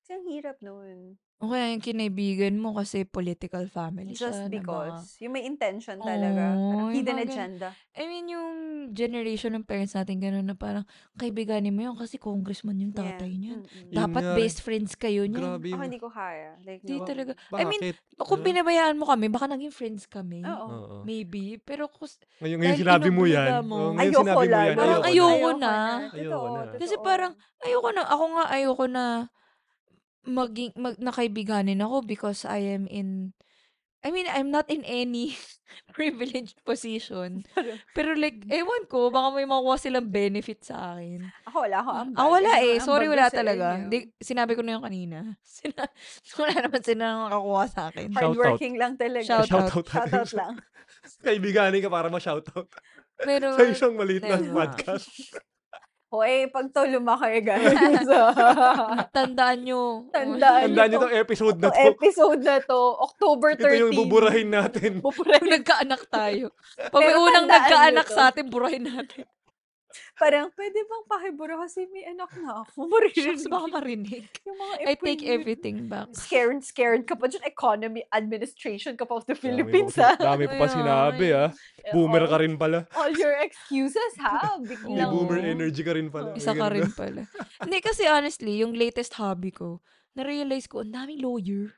Kasi ang hirap nun. O kaya yung kinaibigan mo kasi political family Just siya. diba? na baka- because. Yung may intention talaga. parang Oo, yung hidden mga ganun. agenda. I mean, yung generation ng parents natin ganun na parang kaibiganin mo yun kasi congressman yung Yeah. Hmm. tatay niyan. Mm-mm. Yun Dapat nga, best friends kayo niyan. Grabe Ako yung... ah, hindi ko kaya. Like, Hindi no. talaga. eh. I Bakit? mean, Diba? Kung pinabayaan mo kami, baka naging friends kami. Oo. Oo. Maybe. Pero kus- Ngayon, ngayon Dahil sinabi mo yan. kinobligada mo. Oo, ngayon Ayoko sinabi mo lalo. yan. ayoko Parang na. ayoko na. Ayoko na. Totoo, Kasi totoo. parang, ayoko na. Ako nga, ayoko na maging, mag, nakaibiganin ako because I am in, I mean, I'm not in any privileged position. Pero like, Mm. ewan ko, baka may makuha silang benefit sa akin. Ako wala akong ambag. Ah, Ano, wala eh. ambag Sorry, ko wala sa talaga. inyo. Hindi- sinabi ko na yung kanina. Sina, wala naman sila nakakuha sa akin. Shout out. Hardworking lang talaga. Shout out. Shoutout. Shoutout lang. Kaibiganin ka para ma-shoutout. Pero, Sa isang maliit na Never. podcast. Hoy, pag to lumaki, guys. Ah, tandaan nyo. Tandaan Tandaan nyo nyo itong episode na to to. episode na to, October 13. Ito yung buburahin natin. Buburahin. Kung nagkaanak tayo. Pag may Pero tandaan unang nagkaanak nyo to. sa atin, burahin natin. Parang, pwede bang pakibura kasi may anak na ako. Shucks, Maririnig. baka marinig. Yung mga I take ipon- everything back. Scared, scared ka pa dyan. Economy, administration ka pa of the Philippines, Dami ha? pa- Dami pa pa Ayan. sinabi, ah. Eh, Boomer all, ka rin pala. All your excuses, ha? May Biglang. Oo. boomer energy ka rin pala. Oo. Isa May ka ganun rin ba? pala. Hindi kasi honestly, yung latest hobby ko, na-realize ko, ang daming lawyer.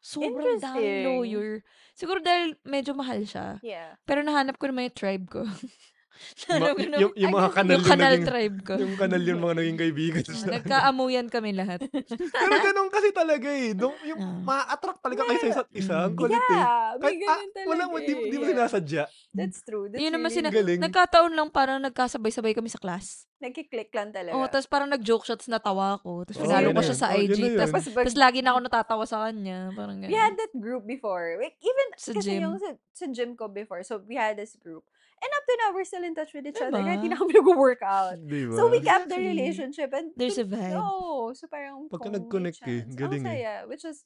Sobrang daming Interesting. lawyer. Siguro dahil medyo mahal siya. Yeah. Pero nahanap ko naman yung tribe ko. Yung Nahanap mga- ko naman- yung, yung mga I guess- kanal yung yung, kanal naging, tribe ko. yung kanal yung mga naging kaibigan. Oh, sa- Nagkaamuyan kami lahat. Pero ganun kasi talaga eh. Nung, yung Oo. ma-attract talaga kayo sa isa't isa. Ang Mm. kulit eh. Yeah, Hmm. may Kahit- ah, ganun talaga. wala mo, di, eh. di mo Yeah. sinasadya. That's true. That's Yun naman really sina- Ang galing. nagkataon lang parang nagkasabay-sabay kami sa class. Nagkiklik lang talaga. Oh, tapos parang nag-joke siya, tapos natawa ako. Tapos Oh, pinalo yun na ko siya yun. sa Oh, yun na IG. yun. Tapos, Tapos pag- tapos lagi na ako natatawa sa kanya. Parang we had gano'n. that group before. Like, even Sa kasi gym. yung sa, sa gym ko before. So, we had this group. And up to now, we're still in touch with each other. Kahit di na Diba? kami nag-workout. Di ba? So, we kept the Exactly. relationship. And There's to- a vibe. No. So, parang Pagka kung may nag-connect eh, chance. Ang galing eh. saya. Which is,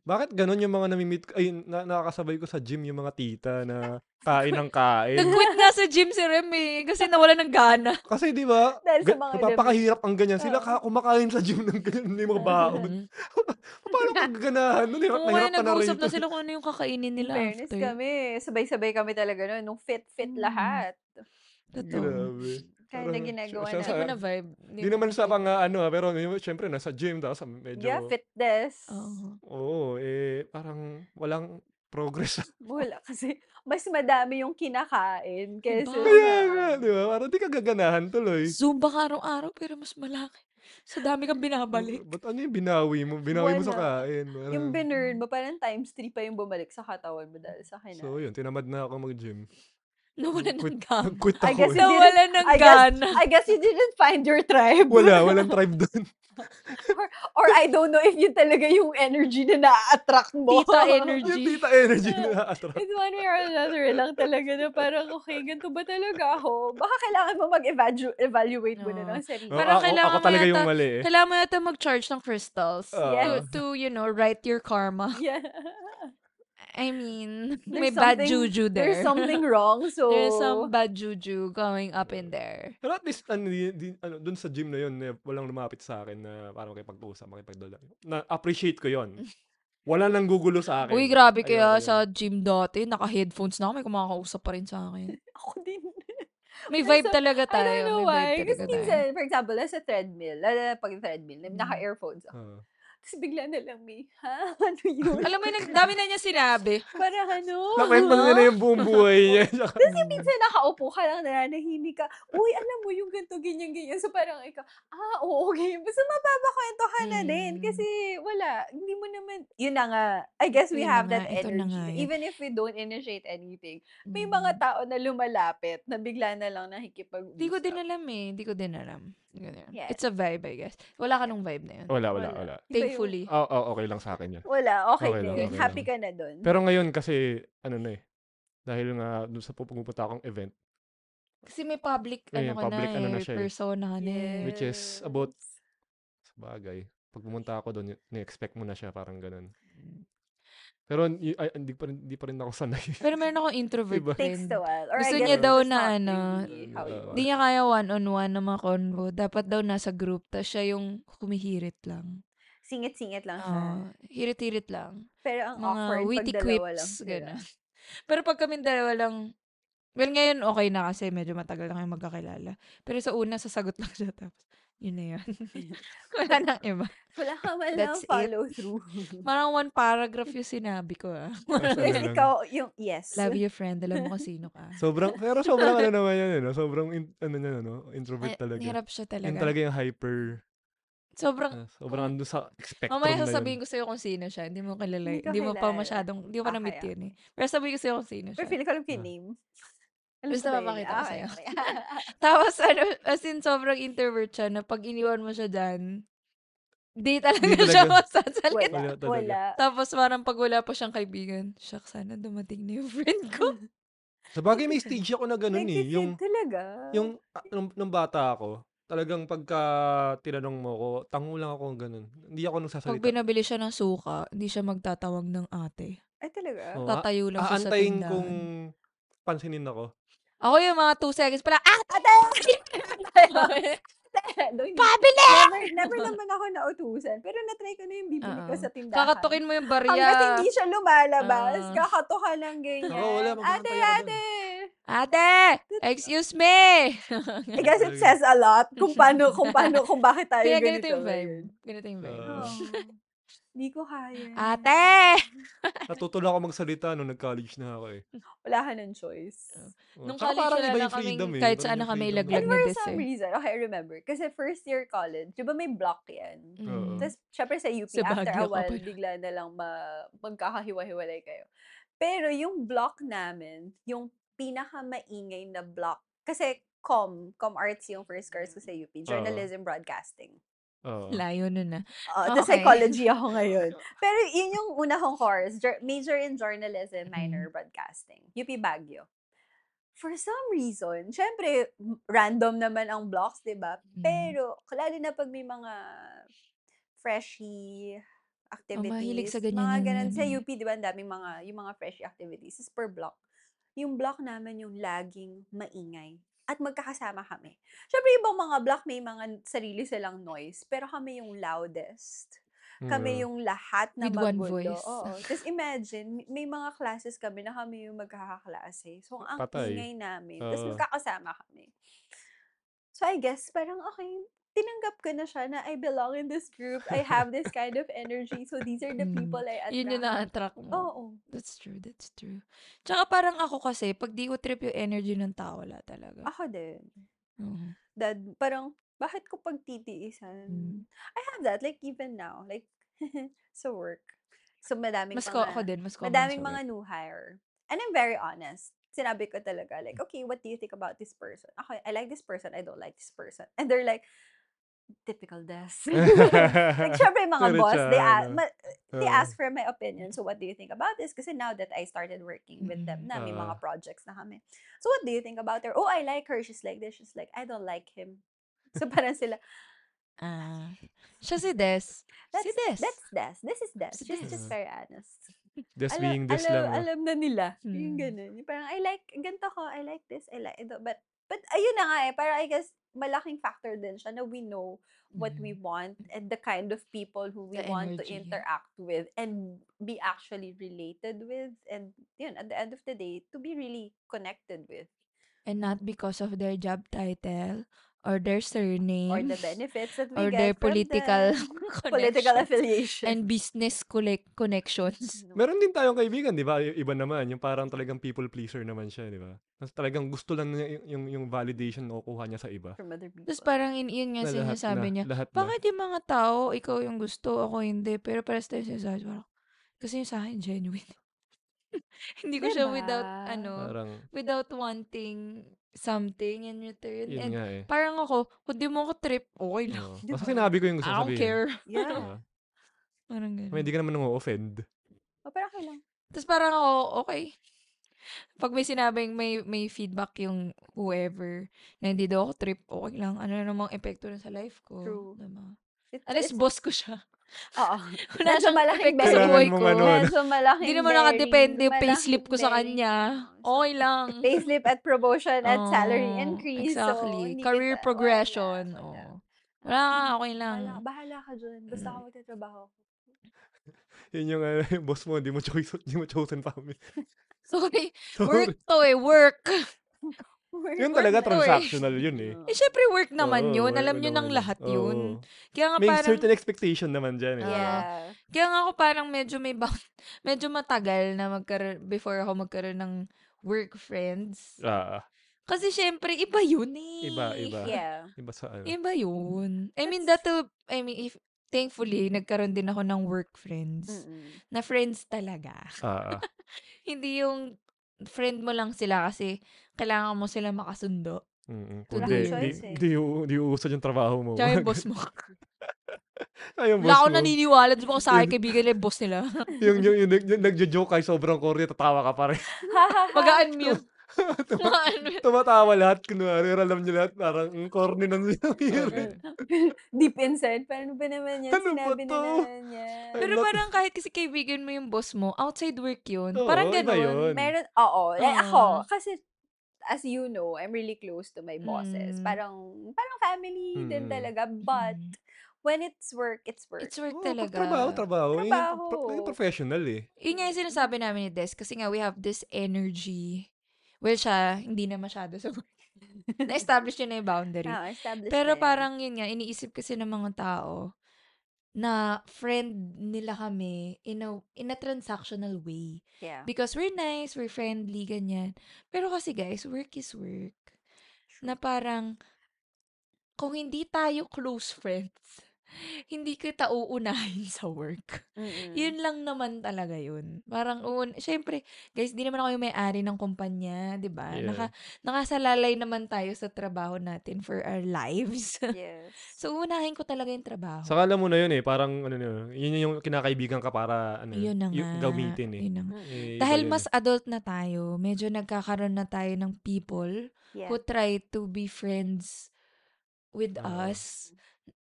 Bakit ganun yung mga namimit ko? Ay, na, nakakasabay ko sa gym yung mga tita na kain ng kain. Nag-quit nga sa gym si Rem eh, kasi nawala ng gana. Kasi di ba, Dahil sa ga- mga napapakahirap ang ganyan. Sila Oo. Mm. ka, kumakain sa gym ng ganyan, may mga baon. Paano pagganahan nun? Hirap Ah, Oo, um, na kaya hirap ka na nag-uusap rito. na sila kung ano yung kakainin in nila fairness after. kami, sabay-sabay kami talaga noon. Nung fit-fit Mm. lahat. Totoo. Grabe. Parang Kaya na siya- ginagawa siya Hindi ko namin. na vibe. Di naman sa na-vibe. mga ano, ah, pero yun, syempre nasa gym tapos medyo Yeah, fitness. Oo. Oo, eh parang walang progress. Wala kasi mas madami yung kinakain kaysa Iba. Kaya sa- nga, di ba? Parang di ka gaganahan tuloy. Zumba ka araw-araw pero mas malaki. Sa dami kang binabalik. Ba't ano yung binawi mo? Binawi mo sa Wala. kain. Parang, Yung binurn mo, parang times 3 pa yung bumalik sa katawan mo dahil sa so kinain. yun, tinamad na ako mag-gym. Nawala ng Nag-quit, gana. nag-quit I ako guess eh. you Nawala didn't, ng I guess, gana. I guess you didn't find your tribe. Wala, walang tribe doon. or, or I don't know if yun talaga yung energy na na-attract mo. Tita yung energy. tita energy na attract. It's one way or another eh, lang talaga na parang, okay, ganito ba talaga ako? Ah. Baka kailangan mo mag-evaluate mo na Oo. ng sarili. Oo, Parang Ah, ako, kailangan ako mo talaga yung yata- mali eh. Kailangan mo yata mag-charge ng crystals to, Ah. to, you know, right your karma. Yeah. I mean, may There's bad something- juju there. There's something wrong, so... There's some bad juju going up in there. Pero at least, ano, di, di- ano, dun sa gym na yun, eh, walang lumapit sa akin na parang makipag-usap, makipagdala. Na-appreciate ko yon Wala nang gugulo sa akin. Uy, grabe Ayoko kaya yun. sa gym dati, naka-headphones na ako, may kumakausap pa rin sa akin. Ako din. May vibe Minsan- talaga I don't tayo. know May why. vibe Kasi talaga tayo. minsan, for example, sa treadmill, lalo na pag treadmill, Mm. naka-earphones Ah. ako. Tapos bigla na lang may, ha? Ano yun? Alam mo, yun, ang dami na niya sinabi. Parang ano? Nakwento na niya na yung buong buhay niya. Tsaka, Tapos Mm. yung minsan nakaupo ka lang, nananahimik ka. Uy, alam mo yung ganito, ganyan, ganyan. So parang ikaw, ah, oo, ganyan. Basta mapapakwento ka na din. Mm. Kasi wala, hindi mo naman, yun na nga. I guess we Yun na have that nga, ito na energy. nga na yun. even if we don't initiate anything, may Mm. mga tao na lumalapit na bigla na lang nakikipag-usap. Di ko din alam eh. Di ko din alam. Di ko din alam. Yeah. It's a vibe, I guess. Wala ka nung vibe na yun. wala, Ah, wala, wala. Iba yung- Thankfully. Oh, oh, okay lang sa akin yun. Wala, okay, Okay na lang, yun. okay Happy lang. ka na dun. Pero ngayon kasi, ano na eh, dahil nga dun sa pupunta akong event, Kasi may public, ano ngayon, ka public na ano eh. na siya eh. Persona ka na eh. Which is about- Yes. Sa bagay. Pag pumunta ako doon, ni-expect mo na siya, parang ganun. Mm. Pero y- ay, hindi, pa rin, hindi pa rin ako sanay. Pero meron akong introvert Iba. Takes a friend. while. Or Gusto I guess niya daw that's na not ano, really how you Ah. Di niya kaya one-on-one ng mga convo. Dapat daw nasa group. Tapos siya yung humihirit lang. singit-singit lang siya. Oo. Hirit-hirit lang. Pero ang Mga awkward pag witty dalawa lang quips. sila. Ganun. Pero pag kami dalawa lang, well, ngayon okay na kasi medyo matagal na kami magkakilala. Pero sa una, sasagot lang siya tapos, yun na yun. Wala nang iba. Wala ka man lang That's it. follow through. Parang one paragraph yung sinabi ko ah. Tapos Ano? ikaw, yung yes. Love you friend, alam mo kung sino ka. Sobrang, pero sobrang ano naman yan, eh, no? sobrang in- ano niya, no? introvert Ay, talaga. Hirap Eh, siya Yan talaga. talaga yung hyper, Sobrang, ah, sobrang ando sa spectrum mamaya na yun. sasabihin ko sa'yo kung sino siya. Hindi mo kilala. Hindi Hindi, ko mo pa kilala. masyadong, hindi mo pa Ah, na-meet kaya. yun eh. Pero sabihin ko sa'yo kung sino Pero siya. feeling ko alam ko yung Ah. name. Basta ba yun? mapakita ko Ah, sa'yo. okay. Tapos ano, as in sobrang introvert siya na pag iniwan mo siya dyan, di talaga, Hindi siya talaga. masasalita. wala, Wala talaga. wala. Tapos parang pag wala pa siyang kaibigan, shucks, sana dumating na yung friend ko. Hmm, Sa bagay, may stage ako na ganun eh. Nag-feel Yung, talaga. yung, ah, nung, nung bata ako, talagang pagka tinanong mo ako, tango lang ako ganun. Hindi ako nagsasalita. Pag binabili siya ng suka, hindi siya magtatawag ng ate. Ay, talaga? Oo, ah- Tatayo lang siya sa aantayin tindahan. kung pansinin ako. Ako yung mga 2 seconds pala, "Ah, ate! Don't- Pabili! Never, never naman ako nautusan. Pero natry ko na yung bibili ko Oo. sa tindahan. Kakatukin mo yung Hanggat barya. hindi siya lumalabas, Ah. kakato ka lang ganyan. Oo, wala, ate, maghahantay ako ate! Ate! Excuse me! I guess it Talaga. says a lot kung paano, kung paano, kung bakit tayo Kaya ganito. ganito yung vibe. ngayon. Ganito yung vibe. Oo. Oo. Hindi ko kaya. Oh. Ah. Ate! Natuto lang ako magsalita nung nag-college na ako eh. Wala ka ng choice. Oh, Nung tsaka college, parang wala iba na yung freedom kaming- eh. kahit Parang saan na yung kami freedom laglag And na for dis some eh. reason, okay, I remember. Kasi first year college, di ba may block yan? Oo. Mm. Tapos, syempre sa UP, Sa after Baguio a ka while, pala. bigla na lang ma- magkakahiwa-hiwalay kayo. Pero yung block namin, yung pinakamaingay na block, kasi com, com arts yung first course ko sa Mm. UP, journalism broadcasting. Oo. Layo nun ah. na. Uh, Tapos Okay. psychology ako ngayon. Pero yun yung una kong course, jour- major in journalism, minor broadcasting, UP Baguio. For some reason, syempre, m- random naman ang blocks, di ba? Mm. Pero, lalo na pag may mga freshy activities. Oh, mahilig sa ganyan mga yung ganun. Sa ano. UP, di ba, ang daming mga, yung mga freshy activities. Is per block. Yung block namin yung laging maingay. At magkakasama kami. Siyempre, ibang mga block may mga sarili silang noise. Pero kami yung loudest. Mm. Kami yung lahat na Mm. With one magulo. voice. Oo. Tapos imagine, may mga classes kami na kami yung magkakaklase. So, ang Patay. ingay namin. Tapos Oo. magkakasama kami. So, I guess, parang okay, tinanggap ko na siya na I belong in this group. I have this kind of energy. So, these are the Mm. people I Yun attract. yung na-attract mo. Oo. That's true, that's true. Tsaka parang ako kasi, pag di ko trip yung energy ng tao, wala talaga. Mm-hmm. Ako din. Oo. Dad, parang, bakit ko pagtitiisan? Mm. I have that, like, even now. Like, sa work. So, madaming Mas ko, mga, ako din, mas common madaming sa work. mga new hire. And I'm very honest. Sinabi ko talaga, like, okay, what do you think about this person? Okay, I like this person, I don't like this person. And they're like, typical des. like, syempre, yung mga Pero boss, they, siya, a- ano, ma- they oo. ask for my opinion. So, what do you think about this? Kasi now that I started working with them na, may Ah. mga projects na kami. So, what do you think about her? Oh, I like her. She's like this. She's like, I don't like him. So, parang sila, Ah. Siya si Des. that's, si Des. that's Des. This is Des. Si She's Des. just very honest. Just Alam, being this alam, lang. ah. alam na nila. Yung Hmm. ganun. Yung parang, I like, ganito ko, I like this, I like ito. But, but ayun na nga eh, parang I guess, malaking factor din siya na we know what we Mm. want and the kind of people who we The want to energy. interact with and be actually related with and yun, at the end of the day, to be really connected with And not because of their job title or their or the surname benefits that we or their get from political them. Political connections affiliation. and business collect connections. No. Meron din tayong kaibigan, di ba? Y- Iba naman, yung parang talagang people pleaser naman siya, di ba? Nas talagang gusto lang niya yung, yung, yung validation na kukuha niya sa iba. From other Tapos people. parang in, yun nga Na lahat na, sinasabi niya, lahat na. bakit yung mga tao, ikaw yung gusto, ako hindi, pero para sa sinasabi, parang, kasi yung sa akin, genuine. hindi ko siya Diba? without, ano, Parang, without wanting something in return. yun And nga eh. parang ako, kung di mo ako trip, okay lang. Oo. Diba? Basta sinabi ko yung gusto I kong don't sabihin. care. Yeah. Oo. Parang ganun. May hindi ka naman nang-offend. O, parang Oh, okay lang. Tapos parang ako, okay. Pag may sinabing may, may feedback yung whoever na hindi daw ako trip, okay lang. Ano na namang epekto na sa life ko. True. Diba? It's, it's, Alas boss ko siya. Oo. Wala Medyo siyang malaking epekto sa Kailangan buhay mong ko. ano, Medyo malaking Hindi naman bearing. nakadepende yung payslip Malaking ko sa bearing. kanya. Oo. So, Okay lang. payslip at promotion at salary Oh, increase. So, exactly. hindi kita, oh, Career wala, progression. wala. Oh. Mm. Wala ka, okay lang. Bahala, bahala ka dyan. Basta ako magtatrabaho. Yun yung, ano, yung boss mo, hindi mo choice, hindi mo chosen family. Sorry, Sorry. work to eh, work. Yun work talaga to eh. transactional yun eh. Eh, syempre work Oo, naman yun. work Alam nyo ng naman. lahat yun. Oo. Kaya nga May Ah, parang, Ah. certain expectation naman dyan. Eh. Yeah. Yeah. kaya nga ako parang medyo may bound- medyo matagal na magkaroon, before ako magkaroon ng work friends. Ah, Kasi syempre, iba yun eh. Iba, iba. Yeah. iba sa ano. Iba yun. I mean, that will, I mean, if, thankfully, nagkaroon din ako ng work Mm. friends. Mm-mm. Na friends talaga. Ah, ah. Hindi yung friend mo lang sila kasi kailangan mo sila makasundo. Mm-mm. Wala Kundi, kang di, choice eh. di, u- di uusad yung trabaho mo. Tsaka yung boss mo. Ay, yung Wala boss ako mo. naniniwala dun ako sa akin, kaibigan nila yung boss nila. yung, yung, yung, nag- yung nagjo-joke ay sobrang corny, tatawa ka pa rin. Mag-unmute. Tuma- Mag-unmute. Tumatawa lahat, kunwari, alam nyo lahat, parang ang corny ng sinabi. Deep inside, paano ba naman yan? Ano ba Sinabi to? na niya. Pero Not- parang kahit kasi kaibigan mo yung boss mo, outside work yun. Oo, parang iba yun. ganun. Meron, oo. Like, ako, Ah. kasi as you know, I'm really close to my bosses. Mm. Parang, parang family din Mm. talaga. But, Mm. when it's work, it's work. It's work Oo, pag talaga. Trabaho, Oh, trabaho. Yun yung Trabaho. pro- yung professional eh. Yun nga yung sinasabi namin ni Des, kasi nga we have this energy. Well, siya, hindi na masyado sa work. Na-establish yun na yung boundary. Ah, established na Pero yun. parang yun nga, iniisip kasi ng mga tao na friend nila kami in a, in a transactional way. yeah. Because we're nice, we're friendly, ganyan. Pero kasi guys, work is work. Na parang, kung hindi tayo close friends, hindi kita uunahin sa work. Mm-mm. Yun Mm. lang naman talaga yun. Parang un, syempre, guys, di naman ako yung may-ari ng kumpanya, 'di ba? Yeah. Naka nakasalalay naman tayo sa trabaho natin for our lives. Yes. so unahin ko talaga yung trabaho. Saka alam mo na yun eh, parang ano yun, yun yung kinakaibigan ka para ano, yun na nga. yung gamitin eh. Yun na nga. Mm-mm. Eh, iba Dahil yun mas eh. adult na tayo, medyo nagkakaroon na tayo ng people Yeah. who try to be friends with Ah. us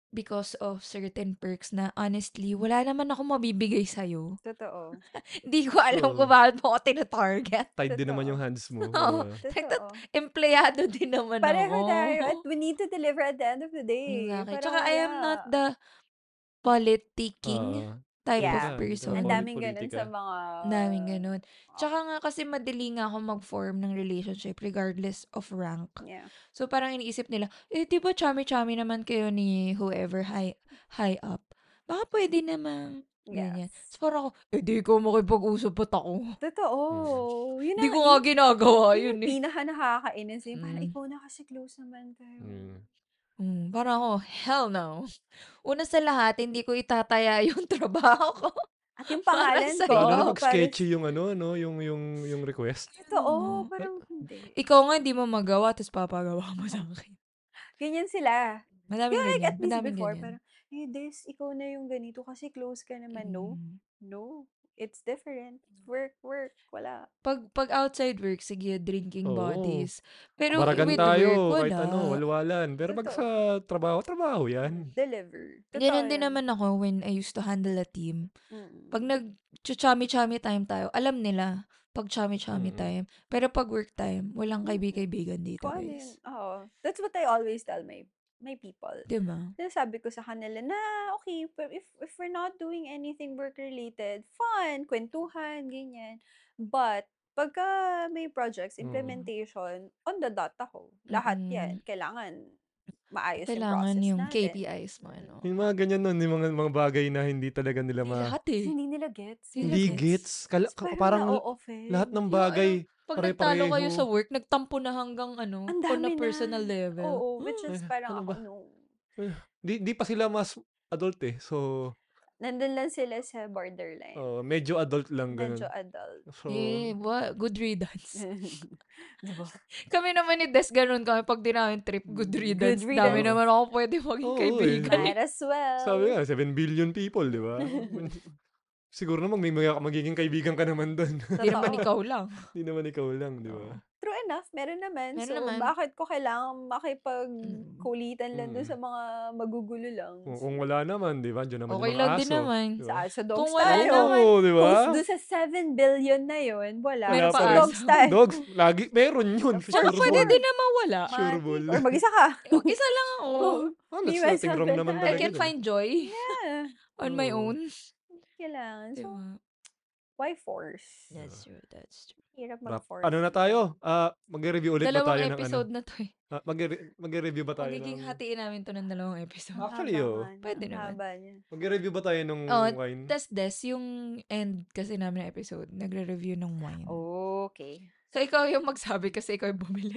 because of certain perks na honestly, wala naman ako mabibigay sa'yo. Totoo. Hindi ko Oo. alam kung bakit mo ako tinatarget. tied din naman Totoo. yung hands mo. Oo. diba? Totoo. Empleyado din naman Pareho ako. tayo. At we need to deliver at the end of the day. Exactly. Parang Tsaka I am wala. not the politicking Ah. type Yeah. of Wala, hindi ka person. Ang polit- daming ganun politika. sa mga... Ang daming ganun. Oo. Tsaka nga kasi madali nga ako mag-form ng relationship regardless of rank. Yeah. So parang iniisip nila, eh di ba chami-chami naman kayo ni whoever high, high up. Baka pwede naman. Ganyan. Yes. So parang ako, eh di ko makipag-usap ba't ako. Totoo. Yun Di ang- ko nga yun- ginagawa yun yun yung eh. pinaka nakakainis. Yung parang Mm. ikaw na kasi close naman kayo. Mm. Mm, parang ako, hell no. Una sa lahat, hindi ko itataya yung trabaho ko. At yung Para pangalan ko. sa'yo. Lalo na parang pag sketchy ano, yung ano, no, yung yung yung request. Totoo. Mm. Parang hindi. Ikaw nga hindi mo magawa, tapos papagawa mo sa akin. Ganyan sila. Madaming Yung like ganyan. at least Madaming before, ganyan. parang, eh, this, ikaw na yung ganito kasi close ka naman. No, Mm. no. It's different. Work, work. Wala. Pag, pag outside work, sige, drinking Oo. buddies. Pero Baragan with work, tayo, kahit wala. ano, walwalan. Pero pag sa Totoo. trabaho, trabaho yan. Deliver. Totoo Ganun din yan. naman ako when I used to handle a team. Mm-mm. Pag nag chami-chami time tayo, alam nila pag chami-chami Mm-mm. time. Pero pag work time, walang Mm-mm. kaibig-kaibigan dito, Mm. Kung ano yun. guys. Oo. That's what I always tell my, my people. 'Di ba? sinasabi ko sa kanila na, okay, but if, if we're not doing anything work-related, fun, kwentuhan, ganyan. But, pagka may projects, Mm. implementation, on the dot ako. Lahat Mm-mm. yan, kailangan maayos yung Kailangan process yung natin. KPIs mo, ano. Yung mga ganyan nun, yung mga, mga bagay na hindi talaga nila ma... Hindi lahat eh. Hindi nila gets. Hindi nila Hindi gets. gets. Kala- Tapos ka- parang parang l- lahat na-offend. ng Yung ano, bagay, pag nagtalo kayo sa pare-pareho. work, nagtampo na hanggang ano, Ang on a dami na. personal level. Oo, which Mm. is Ay, parang ano ako, ba? no. Eh, Di, di pa sila mas adult eh. So, Nandun lang sila sa borderline. oh, medyo adult lang ganun. Medyo adult. So, Eh, what? Good Eh. riddance. diba? Kami naman ni Des, ganun kami. Pag di namin trip, Mm, good Good riddance. Dami riddance. oo. naman ako pwede maging Oo eh. kaibigan Ba- Might eh. as Sabi nga, well. 7 billion people, di ba? Mun- Siguro naman may mga magiging kaibigan ka naman doon. Di naman Totoo. ikaw lang. Hindi naman ikaw lang, di ba? Oo. True enough, meron naman. Meron So, naman. bakit ko kailangan Mm. makipagkulitan lang dun Mm. sa mga magugulo lang? Kung, kung So, wala naman, di ba? Diyan naman Okay yung mga lang din aso. naman. Di ba? sa, sa Kung dogs wala tayo. naman, Oo, di Post ba? dun sa 7 billion na yun, wala. Wala meron So, pa pa rin. dogs aso. tayo. Dogs, lagi, meron yun. For Tsaka Sure, pwede sure. sure. din naman wala. Ma- Sure, Matik. bull. Or mag-isa ka. O, Isa lang ako. Oh, Ah, there's US nothing wrong natin. naman I talaga. can dun. find joy Yeah. on my Oo. own. Kailangan. So, Diba? why force? Yeah. That's true, that's true. Hirap Rap- mag-force. Ano na tayo? Ah, magre-review ulit ba tayo Dalawang ng ano? episode na to eh. Ah, magre- magre-review ba tayo Magiging ng... hatiin namin to ng dalawang episode. Ah. Actually, oh. Pwede naman. Magre-review ba tayo ng Oh, wine? Tapos Des, yung end kasi namin na episode, nagre-review ng wine. Oh. Okay. So ikaw yung magsabi kasi ikaw yung bumili.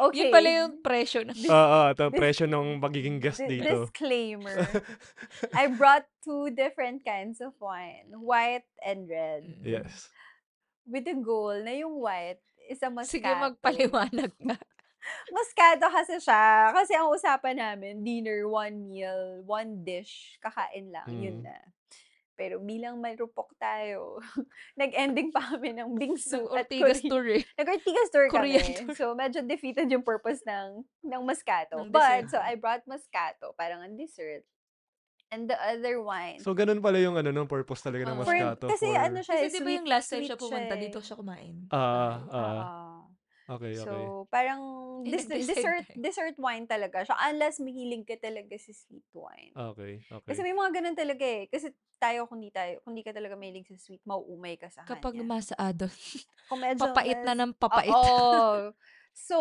Okay. Yun pala yung presyo ng Ah, ah, ito, presyo ng magiging guest Di- dito. Disclaimer. I brought two different kinds of wine. White and red. yes. With the goal na yung white is a Moscato. Sige, magpaliwanag na. Moscato kasi siya. Kasi ang usapan namin, dinner, one meal, one dish, kakain lang, yun Mm. na. Pero bilang marupok tayo, nag-ending pa kami ng bingsu So, at Ortigas Korean- tour eh. Nag-Ortigas tour kami. Korean tour. So, medyo defeated yung purpose ng, ng Moscato. Ng But, so dessert. I brought Moscato, parang ang dessert. And the other wine. So, ganun pala yung ano, ng purpose talaga ng Oo. Oh, For- Moscato. Kasi for- ano siya, Kasi di ba sweet- yung last time sweet siya pumunta, eh. dito siya kumain. Ah, Okay. ah, Oo. okay, okay. So, parang Eh, des- nag-decide dessert tayo. dessert wine talaga siya. Unless mahilig ka talaga si sweet wine. okay, Oh, okay. Kasi may mga ganun talaga eh. Kasi tayo, kung di tayo, kung di ka talaga mahilig sa sweet, mauumay ka sa Kapag kanya. lumasa adult, Kung medyo papait na mas- ng papait. Oo. so,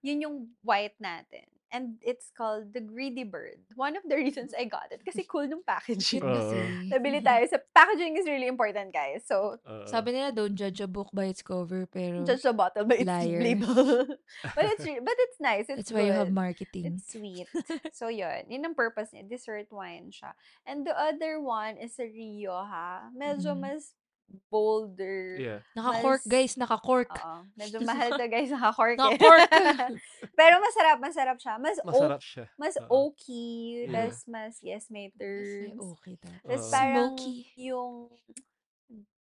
yun yung white natin. And it's called the Greedy Bird. One of the reasons I got it. Kasi cool nung Yun packaging. Oo. kasi. Nabili tayo sa packaging is really important, guys. So, Ah, Sabi nila, don't judge a book by its cover, pero judge the bottle by its Liar. label. but it's re- but it's nice. It's that's why you have good. marketing. It's sweet. so, yun. Yun ang purpose niya. Dessert wine siya. And the other one is a Rioja. Medyo Mhm. mas Mm-hmm. bolder. yeah. Naka-cork, mas- guys. Naka-cork. Oo. Medyo mahal to guys. Naka-cork eh. Naka-cork. Pero masarap, masarap siya. Mas, oak, Masarap siya. mas Oo. oaky, Yeah. mas, mas, yes, may Kasi herbs. okay ta. Tapos Oo. parang Smoky. yung,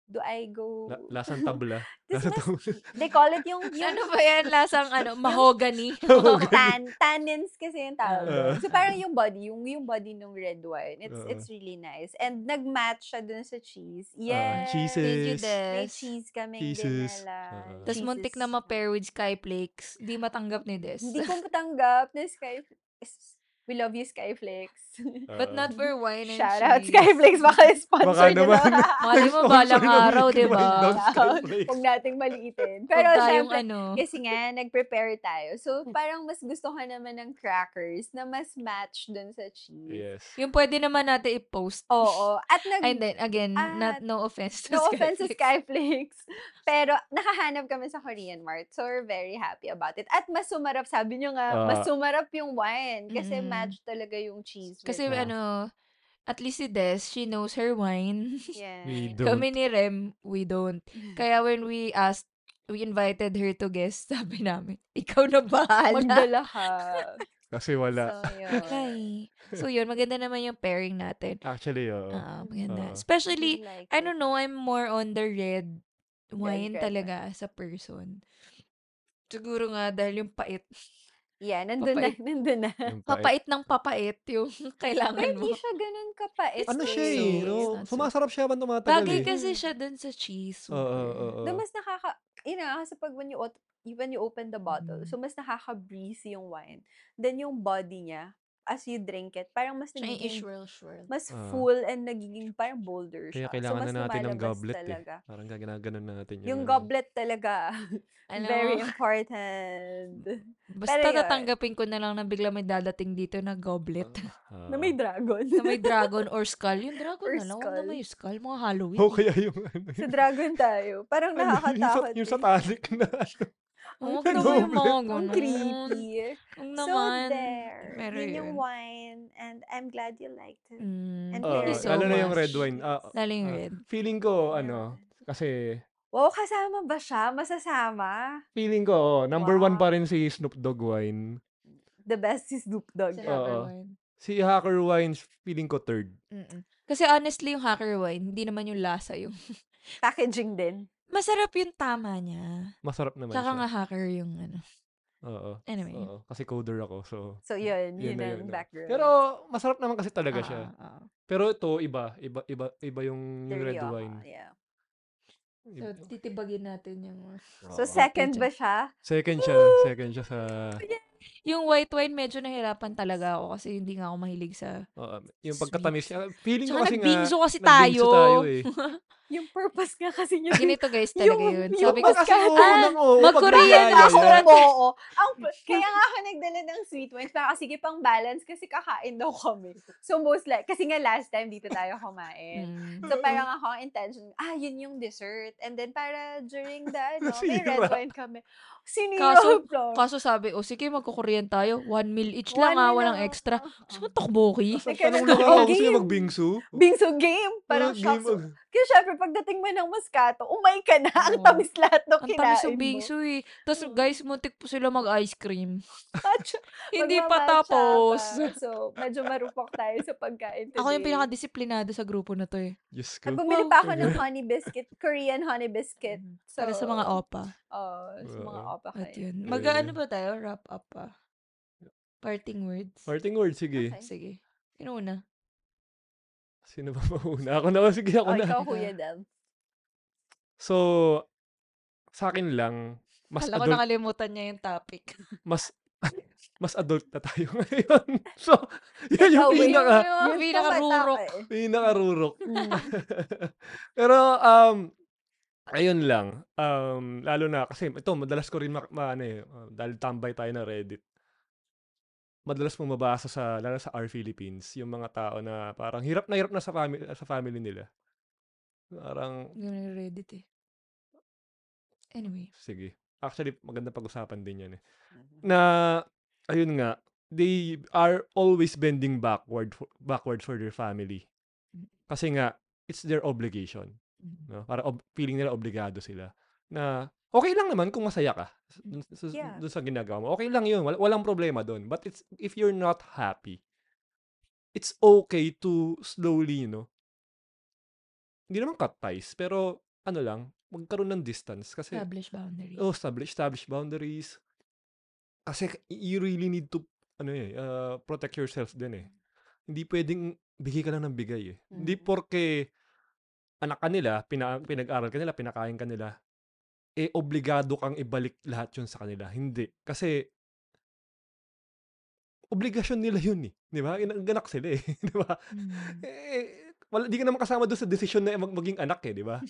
do I go? La- lasang tabla. Tas Lasang mas, tabla. they call it yung, yung ano, Ano ba yan? Lasang ano, mahogany. Mahogany. tan, tannins kasi yung tawag Ah. doon. So parang yung body, yung, yung body ng red wine, it's, Oo. it's really nice. And nag-match siya dun sa Ah, cheese. Uh, Yes. Thank you, cheeses. May Des. cheese kaming Cheeses. dinala. Ah. Tapos muntik na Cheeses. ma-pair with Skyflakes. Di matanggap ni Des. Hindi ko matanggap na Sky... We love you, Skyflex. But Oo. not for wine and Shout out, cheese. Skyflex. Baka sponsor Baka nyo naman. na. Malay mo, Sponsor balang ng araw, diba? Milky di ba? Way ng Huwag Skyflakes. Huwag nating maliitin. Pero Pero tayong syempre, ano. kasi nga, nag-prepare tayo. So, parang mas gusto ka naman ng crackers na mas match dun sa cheese. Yes. Yung pwede naman natin i-post. Oo. At nag... And then, again, Ah, not, no offense to No offense to Skyflakes. Skyflix. Pero nakahanap kami sa Korean Mart. So we're very happy about it. At mas sumarap, sabi nyo nga, mas Ah. sumarap yung wine. Kasi Mm-mm. match talaga yung cheese. with Kasi it. Ah. ano, at least si Des, she knows her wine. We yeah. don't. Kami ni Rem, we don't. Kaya when we asked, we invited her to guest, sabi namin, ikaw na bahala. Magdala ka. Kasi wala. So yun. Ay. So yun, maganda naman yung pairing natin. Actually, oo. Ah, maganda. Oo. Especially, like I it. don't know, I'm more on the red wine red talaga as a person. Siguro nga dahil yung pait. Yeah, nandun Papait. na, nandun na. Yung pait. Papait ng papait yung Pero kailangan hindi mo. siya ganun kapait. It's Ano not siya so- eh. it's No? not so- Sumasarap siya habang tumatagal Bagay eh. kasi Mm. siya dun sa cheese. Oo, oo, super. oo. Doon mas nakaka... Yun na, nga, kasi pag when you, ot- when you open the bottle, Mm. so mas nakaka-breezy yung wine. Then yung body niya, as you drink it, parang mas Siya yung nagiging ishwirl-shwirl. mas Ah. full and nagiging parang bolder Kaya siya. kailangan so, mas na natin ng lumalabas goblet talaga. eh. Parang ginaganon natin yun. Yung ano. goblet talaga. Alam Very mo, important. basta Pero yun. tatanggapin ko na lang na bigla may dadating dito na goblet. Ah. Na may dragon. na may dragon or skull. Yung dragon Or na lang, huwag na skull. may skull. Mga Halloween. Oh, eh. kaya yung ano sa yun. dragon tayo. Ano Parang yun, yung, sa- nakakatakot. yung eh. satanic na ano. Huwag May na may yung mga goblet. Ang ganun. creepy. Huwag So naman. there, Pero yun yun. yung wine and I'm glad you liked it. Mm, And thank Oo, you there so Ah, Uh, lalo na yung much. red wine. Ah, cheese. Lalo yung ah, red. feeling ko, There. ano, kasi Wow, kasama ba siya? Masasama? feeling ko, oh, number one Wow. pa rin si Snoop Dogg wine. The best is Snoop Dogg. Sa Oo. hacker wine. Si Hacker Wines, feeling ko third. Mm-mm. Kasi honestly, yung hacker wine, hindi naman yung lasa yung... Packaging din. Masarap yung tama niya. Masarap naman Tsaka siya. nga hacker yung ano. Oo. Anyway. Oo. Kasi coder ako, so... So yun, yun yun, na ang yun, no? background. Pero masarap naman kasi talaga siya. Ah, ah. Pero ito iba, iba iba iba yung, yung Dirty red Oha, wine. yeah. So, titibagin natin yung... So, Oo. second ba siya? second siya, second siya sa Yung white wine, medyo nahirapan talaga ako kasi hindi nga ako mahilig sa... oo, yung Sweet. pagkatamis. Ah, Feeling ko Tsaka kasi nga nagbingso kasi tayo. nagbingso tayo eh. Yung purpose nga kasi niya. Ganito guys, talaga Yung- yun. yung Sabi ko, pag- Kasi oo, Ah, nang oo, pag mag-Korean nagaya ako. yan. Oo, oo. Ang, kaya nga ako nagdala ng sweet wines para sige pang balance kasi kakain daw kami. So most like, kasi nga last time dito tayo kumain. mm, So parang ako ang intention, ah, yun yung dessert. And then para during the, ano, may red Nasira. wine kami. Sinira, Kaso- Flor. kaso sabi, o sige, magkukuryan tayo. One meal each One lang ah, meal walang lang, extra. oo. Gusto mo takboki? Tapos Teka, tanong na oh, ako, gusto niya game. magbingso? Bingso game. Parang Ah, shops. game. Kaya syempre, pagdating mo ng Moscato, umay ka na. Ang Oo. tamis lahat ng Ang kinain tamis ng mo. bingso eh. Tapos Oo. guys, muntik po sila mag-ice cream. At- Hindi pa magmamatcha tapos. pa. So, medyo marupok tayo sa pagkain today. Ako yung pinaka-disiplinado sa grupo na to eh. Yes ko. At bumili pa ako ng honey biscuit, Korean honey biscuit. So, Mm. Para sa mga opa. Oo, sa mga Oo. opa At kayo. yun. Grabe. Mag-ano ba tayo? Wrap up pa. Parting words. Parting word, sige. Okay. Sige. Sino una? Sino ba mauna? Ako na, sige ako Oh, na. ikaw, Ikaw. Kuya Del. So, sa akin lang, mas Kala ko adult, nakalimutan niya yung topic. mas, mas adult na tayo ngayon. So, yun yung Ikaw, eh. pinaka, Yung Ah, pinaka-rurok. Mm. Pinakarurok. Pero, um, ayun lang. Um, lalo na, kasi ito, madalas ko rin, ma- ma- ano eh, uh, dahil tambay tayo na Reddit, madalas mong mabasa sa, lalo sa our Philippines, yung mga tao na parang hirap na hirap na sa family, sa family nila. Parang, Hindi ko nare-reddit eh. Anyway. sige. Actually, maganda pag-usapan din yan eh. Na, ayun nga, they are always bending backward for, backward for their family. Kasi nga, it's their obligation. No? Para ob- feeling nila obligado sila. Na okay lang naman kung masaya ka s- dun, sa- Yeah. dun sa ginagawa mo. Okay lang 'yun. Wal- walang problema dun. But it's if you're not happy, it's okay to slowly, you know. Hindi naman cut ties, pero ano lang, magkaroon ng distance kasi Establish boundaries. oh, establish establish boundaries. Kasi k- you really need to ano eh, uh, protect yourself din eh. Hindi pwedeng bigay ka lang ng bigay eh. Hindi Mm. porke anak ka nila, pina, pinag-aral ka nila, pinakain ka nila, eh obligado kang ibalik lahat yun sa kanila. Hindi. Kasi obligasyon nila yun eh. Di ba? Ganak sila eh. Di ba? Mm. Eh, wala, di ka naman kasama doon sa desisyon na mag- maging anak eh, di ba?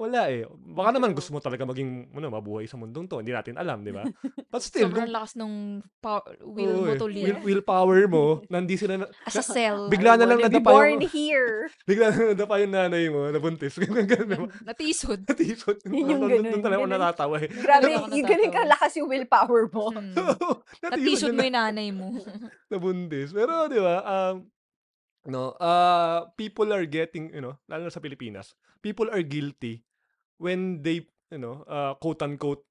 Wala eh. Baka naman gusto mo talaga maging ano, mabuhay sa mundong to. Hindi natin alam, di ba? But still, Sobrang kung- lakas nung pow- will oo mo eh, to will, live. willpower mo, nandi sila na, As a cell. bigla na lang wanna be nadapa born yung, here. bigla na lang nadapa yung nanay mo, nabuntis. Ganun, ganun, di ba? Natisod. Hmm. Natisod. Yun yung Doon- doon- Doon ganun, talaga ako ganun. natatawa eh. Grabe, Hindi ako yung ganun natatawa. kalakas yung willpower mo. Natisod Mm. Natisod na mo yung nanay mo. nabundis. Pero, di ba, um, no, uh, people are getting, you know, lalo na sa Pilipinas, people are guilty when they, you know, uh, quote-unquote,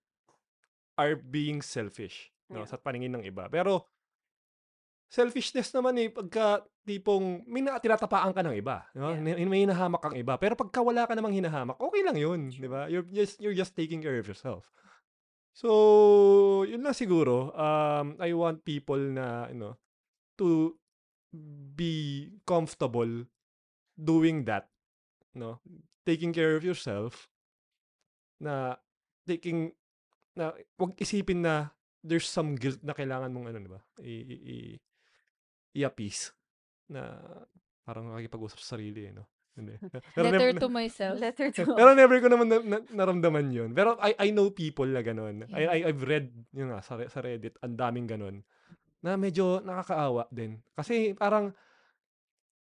are being selfish no, Yeah. sa paningin ng iba. Pero, selfishness naman eh, pagka tipong, may na, tinatapaan ka ng iba. No? Yeah. May- May hinahamak kang iba. Pero pagka wala ka namang hinahamak, okay lang yun. Di ba? You're just, you're just taking care of yourself. So, yun lang siguro. Um, I want people na, you know, to be comfortable doing that. No? Taking care of yourself. Na, taking, na, wag isipin na there's some guilt na kailangan mong, ano, di ba? I, i, i- i-appease. Na, parang nakikipag-usap sa sarili, eh, no? Hindi. Pero Letter never- to myself. Letter to pero never ko naman na, na- naramdaman yun. Pero I, I know people na ganun. I, Yeah. I, I've read yun nga, sa, re- sa Reddit, ang daming ganun. Na medyo nakakaawa din. Kasi parang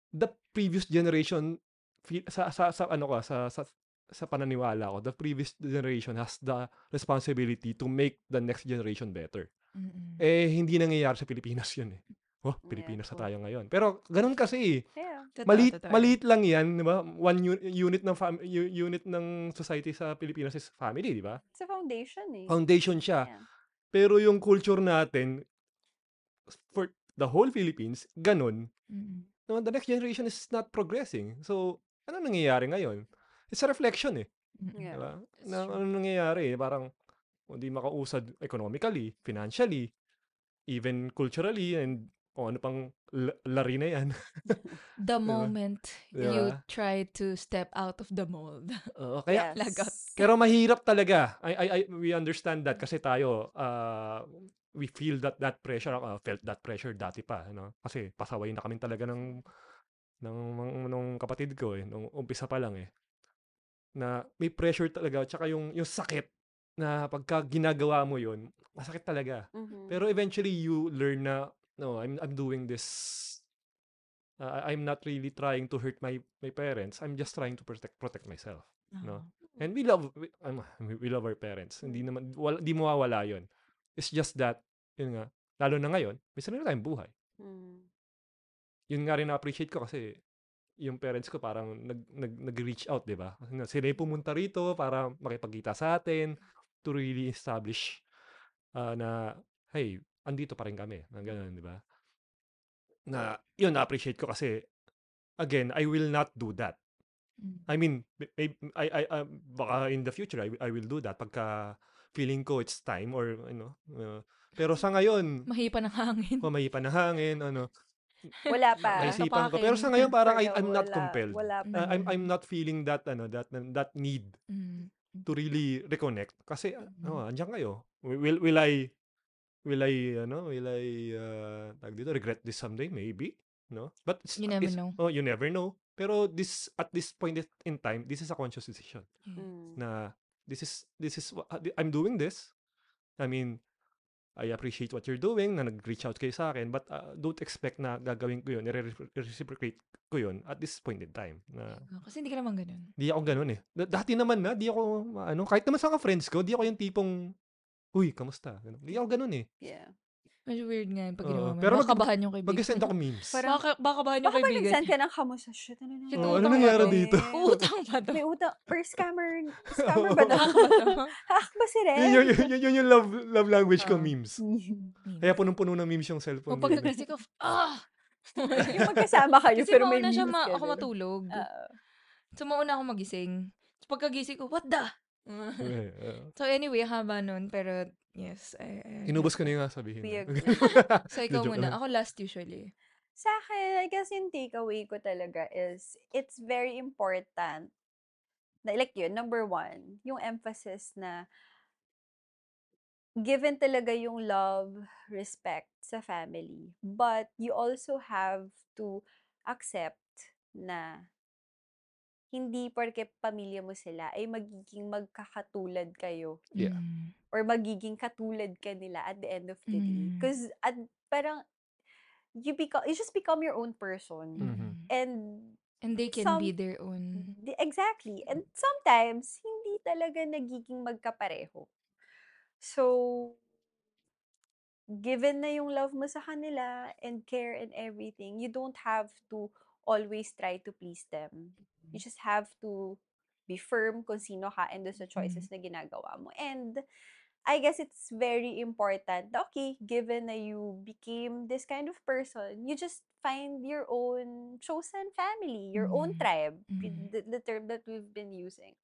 the previous generation fe- sa sa, sa ano ko sa, sa sa pananiwala ko the previous generation has the responsibility to make the next generation better Mm-mm. eh hindi nangyayari sa Pilipinas yun eh oh Yeah, Pilipinas na true. tayo ngayon pero ganun kasi eh. Yeah. Totoo, Maliit, totoo. maliit lang yan, di ba? One un- unit ng fam- u- unit ng society sa Pilipinas is family, di ba? It's a foundation eh. Foundation siya. Yeah. Pero yung culture natin, for the whole Philippines, ganun. Mm-mm. Naman, the next generation is not progressing. So, ano nangyayari ngayon? It's a reflection eh. Mm-mm. Di Yeah. ba? That's Na, true. ano nangyayari eh? Parang, hindi makausad economically, financially, even culturally, and o ano pang la- lari na yan. Diba? The moment you Diba? try to step out of the mold. Oo, kaya flag out. Yes. Pero mahirap talaga. I, I, I, we understand that kasi tayo, uh, we feel that that pressure, uh, felt that pressure dati pa. Ano? Kasi pasaway na kami talaga ng, ng, ng, ng kapatid ko eh, nung umpisa pa lang eh. Na may pressure talaga, tsaka yung, yung sakit na pagka ginagawa mo yun, masakit talaga. Mhm. Pero eventually you learn na no, I'm I'm doing this uh, I- I'm not really trying to hurt my my parents. I'm just trying to protect protect myself. No. And we love we, um, we we love our parents. Hindi naman wala, di mawawala 'yon. It's just that yun nga lalo na ngayon, may sarili tayong buhay. Mm. Yun nga rin na-appreciate ko kasi yung parents ko parang nag, nag, nag-reach out, di ba? Kasi nga, Sila yung pumunta rito para makipagkita sa atin to really establish ah, na, hey, andito pa rin kami. Na ganun, di ba? Na, yun, na-appreciate ko kasi, again, I will not do that. Mm. I mean, may- may, I, I, I, baka in the future, I, will- I will do that pagka feeling ko it's time or, ano, uh, pero sa ngayon, Mahipa ng hangin. kumayipan na hangin, ano, Wala pa. Wala May si- naisipan ko. Tapakin. Pero sa ngayon, parang I, pa, I'm not wala- compelled. Wala pa. Uh, I'm I'm not feeling that ano that that need Mm. to really reconnect kasi Mhm. oh, andiyan kayo. Will, will will I will I ano will I uh, tag dito regret this someday maybe no but it's, You never it's- know. oh you never know pero this at this point it- in time this is a conscious decision Yeah. Mm. na this is this is wha- I'm doing this I mean I appreciate what you're doing na nag-reach out kayo sa akin but uh, don't expect na gagawin ko yun i-reciprocate ko yun at this point in time na Oh, Kasi hindi ka naman ganun. Di ako ganun eh. Da- Dati naman na, di ako, ma- ano, kahit naman sa mga friends ko, di ako yung tipong, uy, kamusta? Ganun. Di ako ganun eh. Yeah. Medyo weird nga yung pag Oo, ginawa mo. pero Pero mag- makabahan yung kaibigan. Mag-send ako memes. Parang- Baka, baka bahan yung Baka ba kaibigan. nag-send ka ng kamusta? Shit, ano na? yun? Shit, Oo, ano utang ba nangyari to? dito? Utang ba to? May utang. Or scammer. Scammer ba daw? Nakakaba to? Hack ba si Ren? Yun, yun, yun, yun, yun yung love, love language ko, Ah. memes. Meme. Kaya punong-puno ng memes yung cellphone. eh. O ko. pagka kasi ko, ah! Yung magkasama kayo, Kasi pero may mauna siya memes ma- ka, ako diba? matulog. Oo. So mauna ako magising. So pagkagising ko, what the? Eh, eh, so anyway, haba nun. Pero yes. I, I Inubos ko na yung sabihin. We na. agree. So ikaw Joke uh-huh. muna. lang. Oh, Ako last usually. Sa akin, I guess yung takeaway ko talaga is, it's very important na, like yun, number one, yung emphasis na given talaga yung love, respect sa family. But you also have to accept na hindi porke pamilya mo sila ay magiging magkakatulad kayo Yeah. Mm. or magiging katulad ka nila at the end of the day. Mm. Because at parang you become you just become your own person. Mm. Mhm. And Mm-hmm. And they can Some- be their own. Di- Exactly. And sometimes, hindi talaga nagiging magkapareho. So, given na yung love mo sa kanila and care and everything, you don't have to always try to please them. You just have to be firm kung sino ka and do sa choices na ginagawa mo. And I guess it's very important. na, Okay, given na you became this kind of person, you just find your own chosen family, your own Mhm. tribe, y- Mhm. the, the term that we've been using.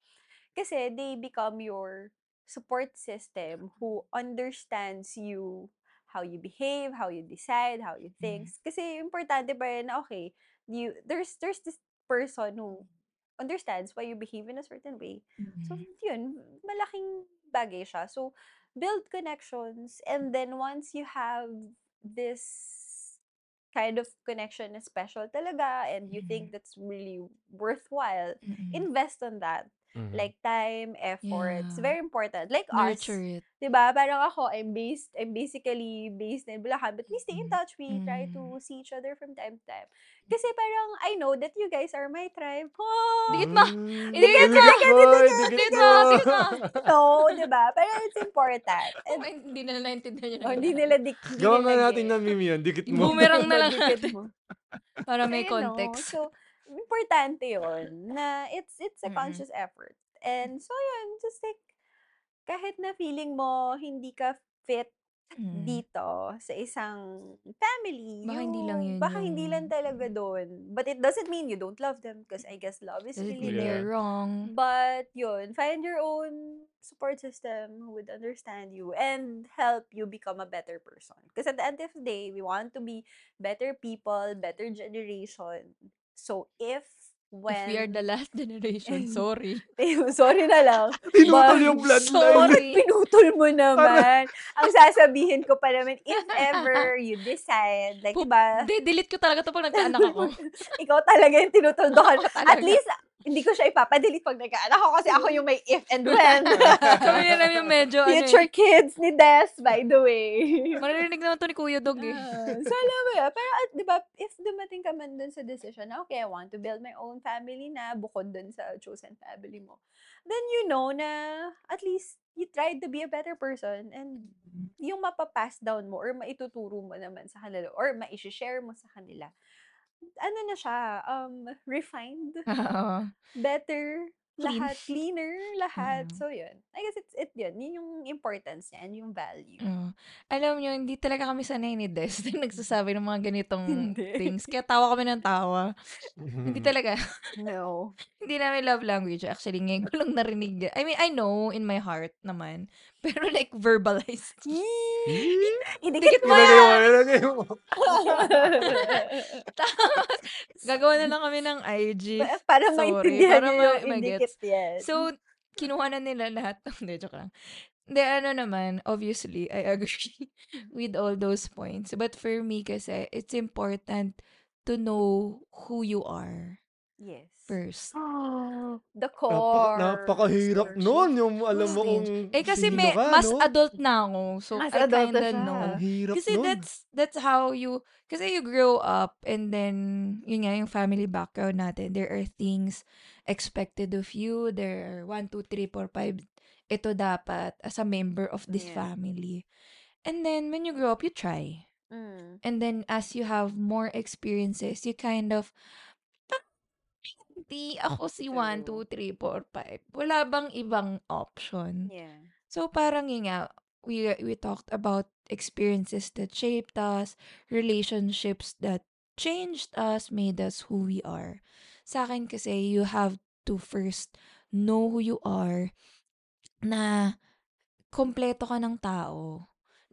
Kasi they become your support system who understands you, how you behave, how you decide, how you think. Kasi importante pa rin na, okay, you, there's, there's this person who understands why you behave in a certain way. Mm-hmm. So, Mhm. yun, malaking bagay siya. So, build connections and then once you have this kind of connection is special talaga and you think Mhm. that's really worthwhile, Mhm. invest on that. Mhm. Like time, effort, it's Yeah. very important. Like Nurture us, it. 'di ba? Parang ako, I'm based, I'm basically based in Bulacan, but we stay in Mhm. touch. We try Mm-hmm. to see each other from time to time. Kasi parang I know that you guys are my tribe. Oh! Dikit mo! Mm. Idikit mo! Dikit mo! Dikit mo! Dikit mo! No, 'di ba? Parang it's important. Oh, And ay, hindi na naintindihan yun. oh, hindi nila dik hindi Gawa nila nga natin gets. ng meme yan. Dikit mo. Boomerang na lang Dikit natin. mo. Para So, yun, may no. context. So, importante yun na it's, it's a Mm-mm. conscious effort. And so, yun, just like, kahit na feeling mo hindi ka fit Mm. dito sa isang family. Baka hindi lang yun Baka hindi lang yung- mm. talaga doon. But it doesn't mean you don't love them because I guess love is Does it really mean Yeah. there. they're wrong? But yun, find your own support system who would understand you and help you become a better person. Because at the end of the day, we want to be better people, better generation. So if when If we are the last generation, sorry. Ayun, sorry na lang. Pinutol But- yung bloodline. Sorry. Pinutol mo naman. Ang sasabihin ko pa naman, if ever you decide, like, Poop. diba, Hindi, delete ko talaga to pag nagkaanak ako. ikaw talaga yung tinutuldokan. Ako talaga. At least, hindi ko siya ipapadelete pag nagkaanak ako kasi ako yung may if and when. Kami na lang yung medyo, ano Future eh. kids ni Des, by the way. Maririnig naman to ni Kuya Dog eh. Ah, so, alam mo yun. Pero, at, di ba, if dumating ka man dun sa decision na, okay, I want to build my own family na, bukod dun sa chosen family mo, then you know na, at least, you tried to be a better person and yung mapapass down mo or maituturo mo naman sa kanila or maishishare mo sa kanila, ano na siya, um, refined, Oo. better, Clean. Mm. lahat cleaner, lahat. Oo. So, yun. I guess it's it yun. Yun yung importance niya and yung value. Oo. Alam nyo, hindi talaga kami sanay ni Des na nagsasabi ng mga ganitong Hindi. things. Kaya tawa kami ng tawa. Hindi talaga. No. hindi namin love language. Actually, ngayon ko lang narinig. I mean, I know in my heart naman. Pero like, verbalized. Idikit mo Iba Hmm. na yan! yung ano na yung... Gagawa na lang kami ng IG. Pa- para Sorry, maintindihan para niyo ma- yung magets. idikit yan. So, kinuha na nila lahat. Hindi, joke lang. Hindi, ano naman, obviously, I agree with all those points. But for me kasi, it's important to know who you are yes. first. Ah, The Napaka, core. napakahirap nun yung alam mo Stage. kung Eh kasi sino may, ka, mas no? adult na ako. So, Mas I adult na kinda siya. know. Ang hirap Kasi nun. that's that's how you kasi you grow up and then yun nga yung family background natin. There are things expected of you. There are 1 2 3 4 5 ito dapat as a member of this Yeah. family. And then when you grow up, you try. Mm. And then as you have more experiences, you kind of "Ah, hindi ako si 1 True. 2 3 4 5. Wala bang ibang option? Yeah. So parang yun nga, we, we talked about experiences that shaped us, relationships that changed us, made us who we are. Sa akin kasi, you have to first know who you are na kompleto ka ng tao.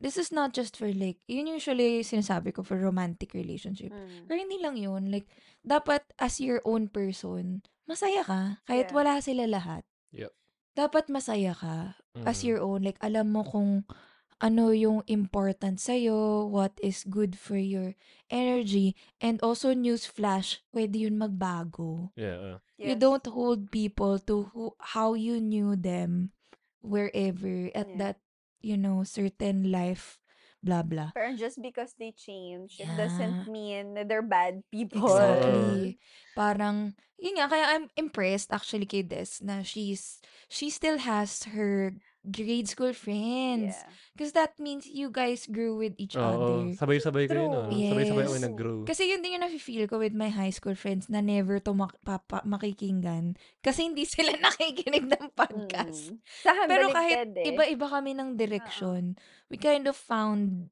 This is not just for like, yun usually sinasabi ko for romantic relationship. Mm. Pero hindi lang yun. Like, dapat as your own person, masaya ka. Kahit Yeah. wala sila lahat. Yep. Dapat masaya ka as Mm-hmm. Mm. your own. Like, alam mo kung ano yung important sa'yo, what is good for your energy, and also newsflash, pwede yun magbago. Yeah. uh, Yes. You don't hold people to who, how you knew them wherever at Yeah. that, you know, certain life, blah, blah. Pero just because they change, it Yeah. doesn't mean that they're bad people. Exactly. Parang, yun nga, kaya I'm impressed actually kay Des na she's, she still has her grade school friends. Yeah. Because that means you guys grew with each Oo, other. sabay-sabay kayo na. True. Sabay-sabay ako Yes. nag-grow. Kasi yun din yung nafe-feel ko with my high school friends na never to mak- papa- makikinggan. Kasi hindi sila nakikinig ng podcast. Mm. Sa akin, Pero kahit baliktad eh. iba-iba kami ng direction, we kind of found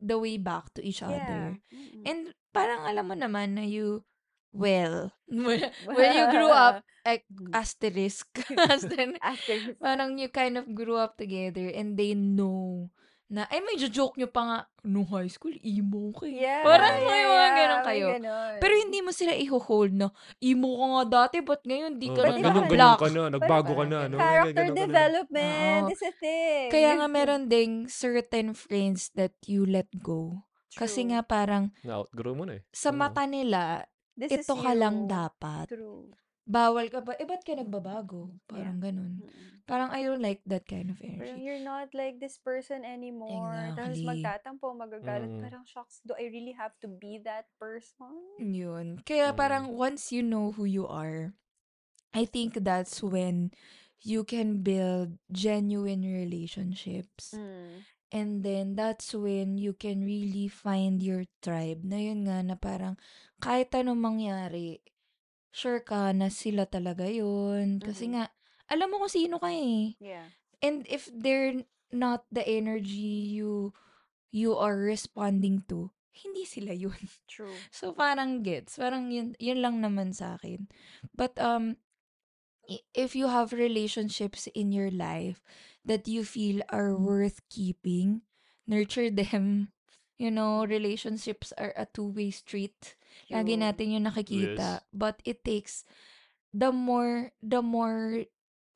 the way back to each Yeah. other. Mm-mm. And parang alam mo naman na you, well, when you grew up, like, asterisk, as in, Asterisk. parang you kind of grew up together and they know na, ay, may joke nyo pa nga, no high school, emo ka eh." Yeah, Parang Oo. may yeah, mga yeah. ganun May kayo. ganun. Pero hindi mo sila i-hold na, emo ka nga dati, ba't ngayon di Oh, ka Ba't iba na ka na? ganun-ganun nag-block? ka na, nagbago ka na, Parang no? ganun. Ganun ka Character na. development Oo. is a thing. Kaya nga meron ding certain friends that you let go. Kasi True. nga parang Na-outgrow mo na eh. sa Oo. mata nila, This is ito ka you. lang dapat. True. Bawal ka ba? Eh, ba't ka nagbabago? Yeah. Parang ganun. Mm-mm. Parang I don't like that kind of Parang energy. you're not like this person anymore. Tapos Exactly. magtatampo, magagalit. Mm. Parang, shocks, do I really have to be that person? Yun. Kaya Mm. parang once you know who you are, I think that's when you can build genuine relationships. Mm. And then that's when you can really find your tribe. Na yun nga na parang kahit anong mangyari, sure ka na sila talaga yun. Kasi Mm-mm. nga, alam mo kung sino ka eh. Yeah. And if they're not the energy you you are responding to, hindi sila yun. True. So parang gets, parang yun, yun lang naman sa akin. But um i- if you have relationships in your life that you feel are worth keeping, nurture them. You know, relationships are a two-way street. Lagi True. natin yun nakikita. But it takes the more the more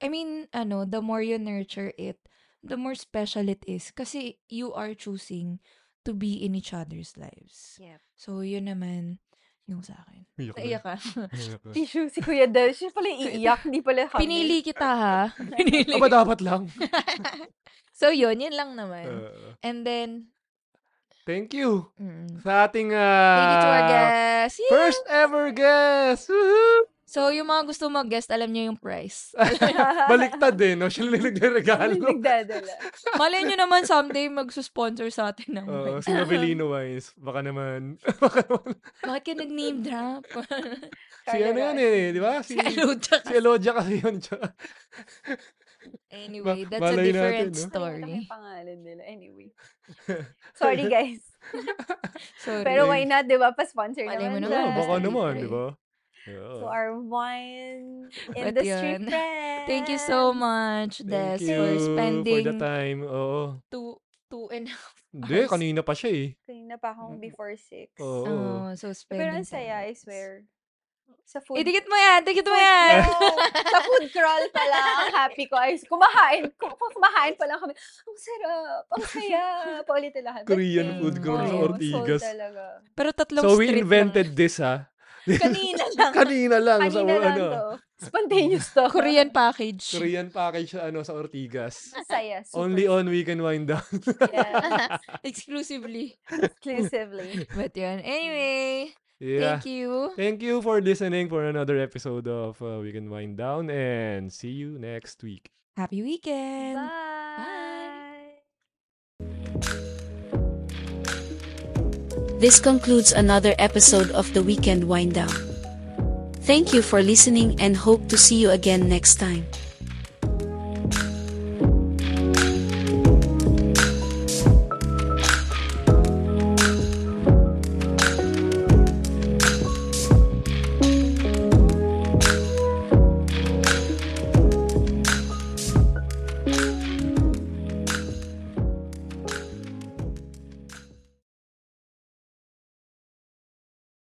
I mean, ano, the more you nurture it, the more special it is kasi you are choosing to be in each other's lives. Yep. So, yun naman yung sa akin. Umiyak na Naiyak ka. eh. Umiyak na. Tissue si Kuya Del. Siya pala yung iiyak, hindi pala kami. Pinili kita ha. Pinili. Aba, dapat lang. so, yun. Yun lang naman. Uh, And then, thank you mm, sa ating thank you to our ah, guest. Yeah. first ever guest. Woohoo! So, yung mga gusto mag-guest, alam niyo yung price. Baliktad eh, no? Siya lang May nagregalo. nagdadala. Malay niyo naman someday magsusponsor sa atin ng Oo, wine. si Novelino Wines. Baka naman. Baka naman. Bakit ka nag-name drop? si ano yan Carlo eh, di ba? Si, si Aluta. si Elodia kasi yun. tsaka- Anyway, Ma- that's a malay natin, different no? story. Kaya pangalan nila. Anyway. Sorry guys. Sorry. Pero why not, di ba? Pa-sponsor Malay mo naman. Oo, naman, dyan. Ano, baka Basta naman, libre. di ba? Ano To Yeah. our wine But industry yun. friends. Thank you so much, Des, Thank you for for the spending time. Oo. two, two and a half Hindi, hours. kanina pa siya eh. Kanina pa akong before six. Oo. Oh, so Pero ang spending saya, I time. swear. Sa food. Eh, dikit mo yan! Dikit mo food yan! crawl. sa food crawl pala, ang happy ko. Ay, kumahain. Kum- kumahain pa lang kami. Ang sarap. Ang saya. Paulit na lahat. But Korean yeah, food crawl sa oo, Ortigas. Soul talaga. Pero tatlong So we street invented this ha. lang. Kanina lang. Kanina lang. sa, Kanina lang ano, to. Spontaneous to. Oh, Korean package. Korean package sa ano sa Ortigas. Ang saya. Super. Only on Weekend Wind Down. Yeah, Exclusively. exclusively. But yun. Anyway, yeah. thank you. Thank you for listening for another episode of uh, We Can Wind Down and see you next week. Happy weekend! Bye. This concludes another episode of the Weekend Wind Down. Thank you for listening and hope to see you again next time.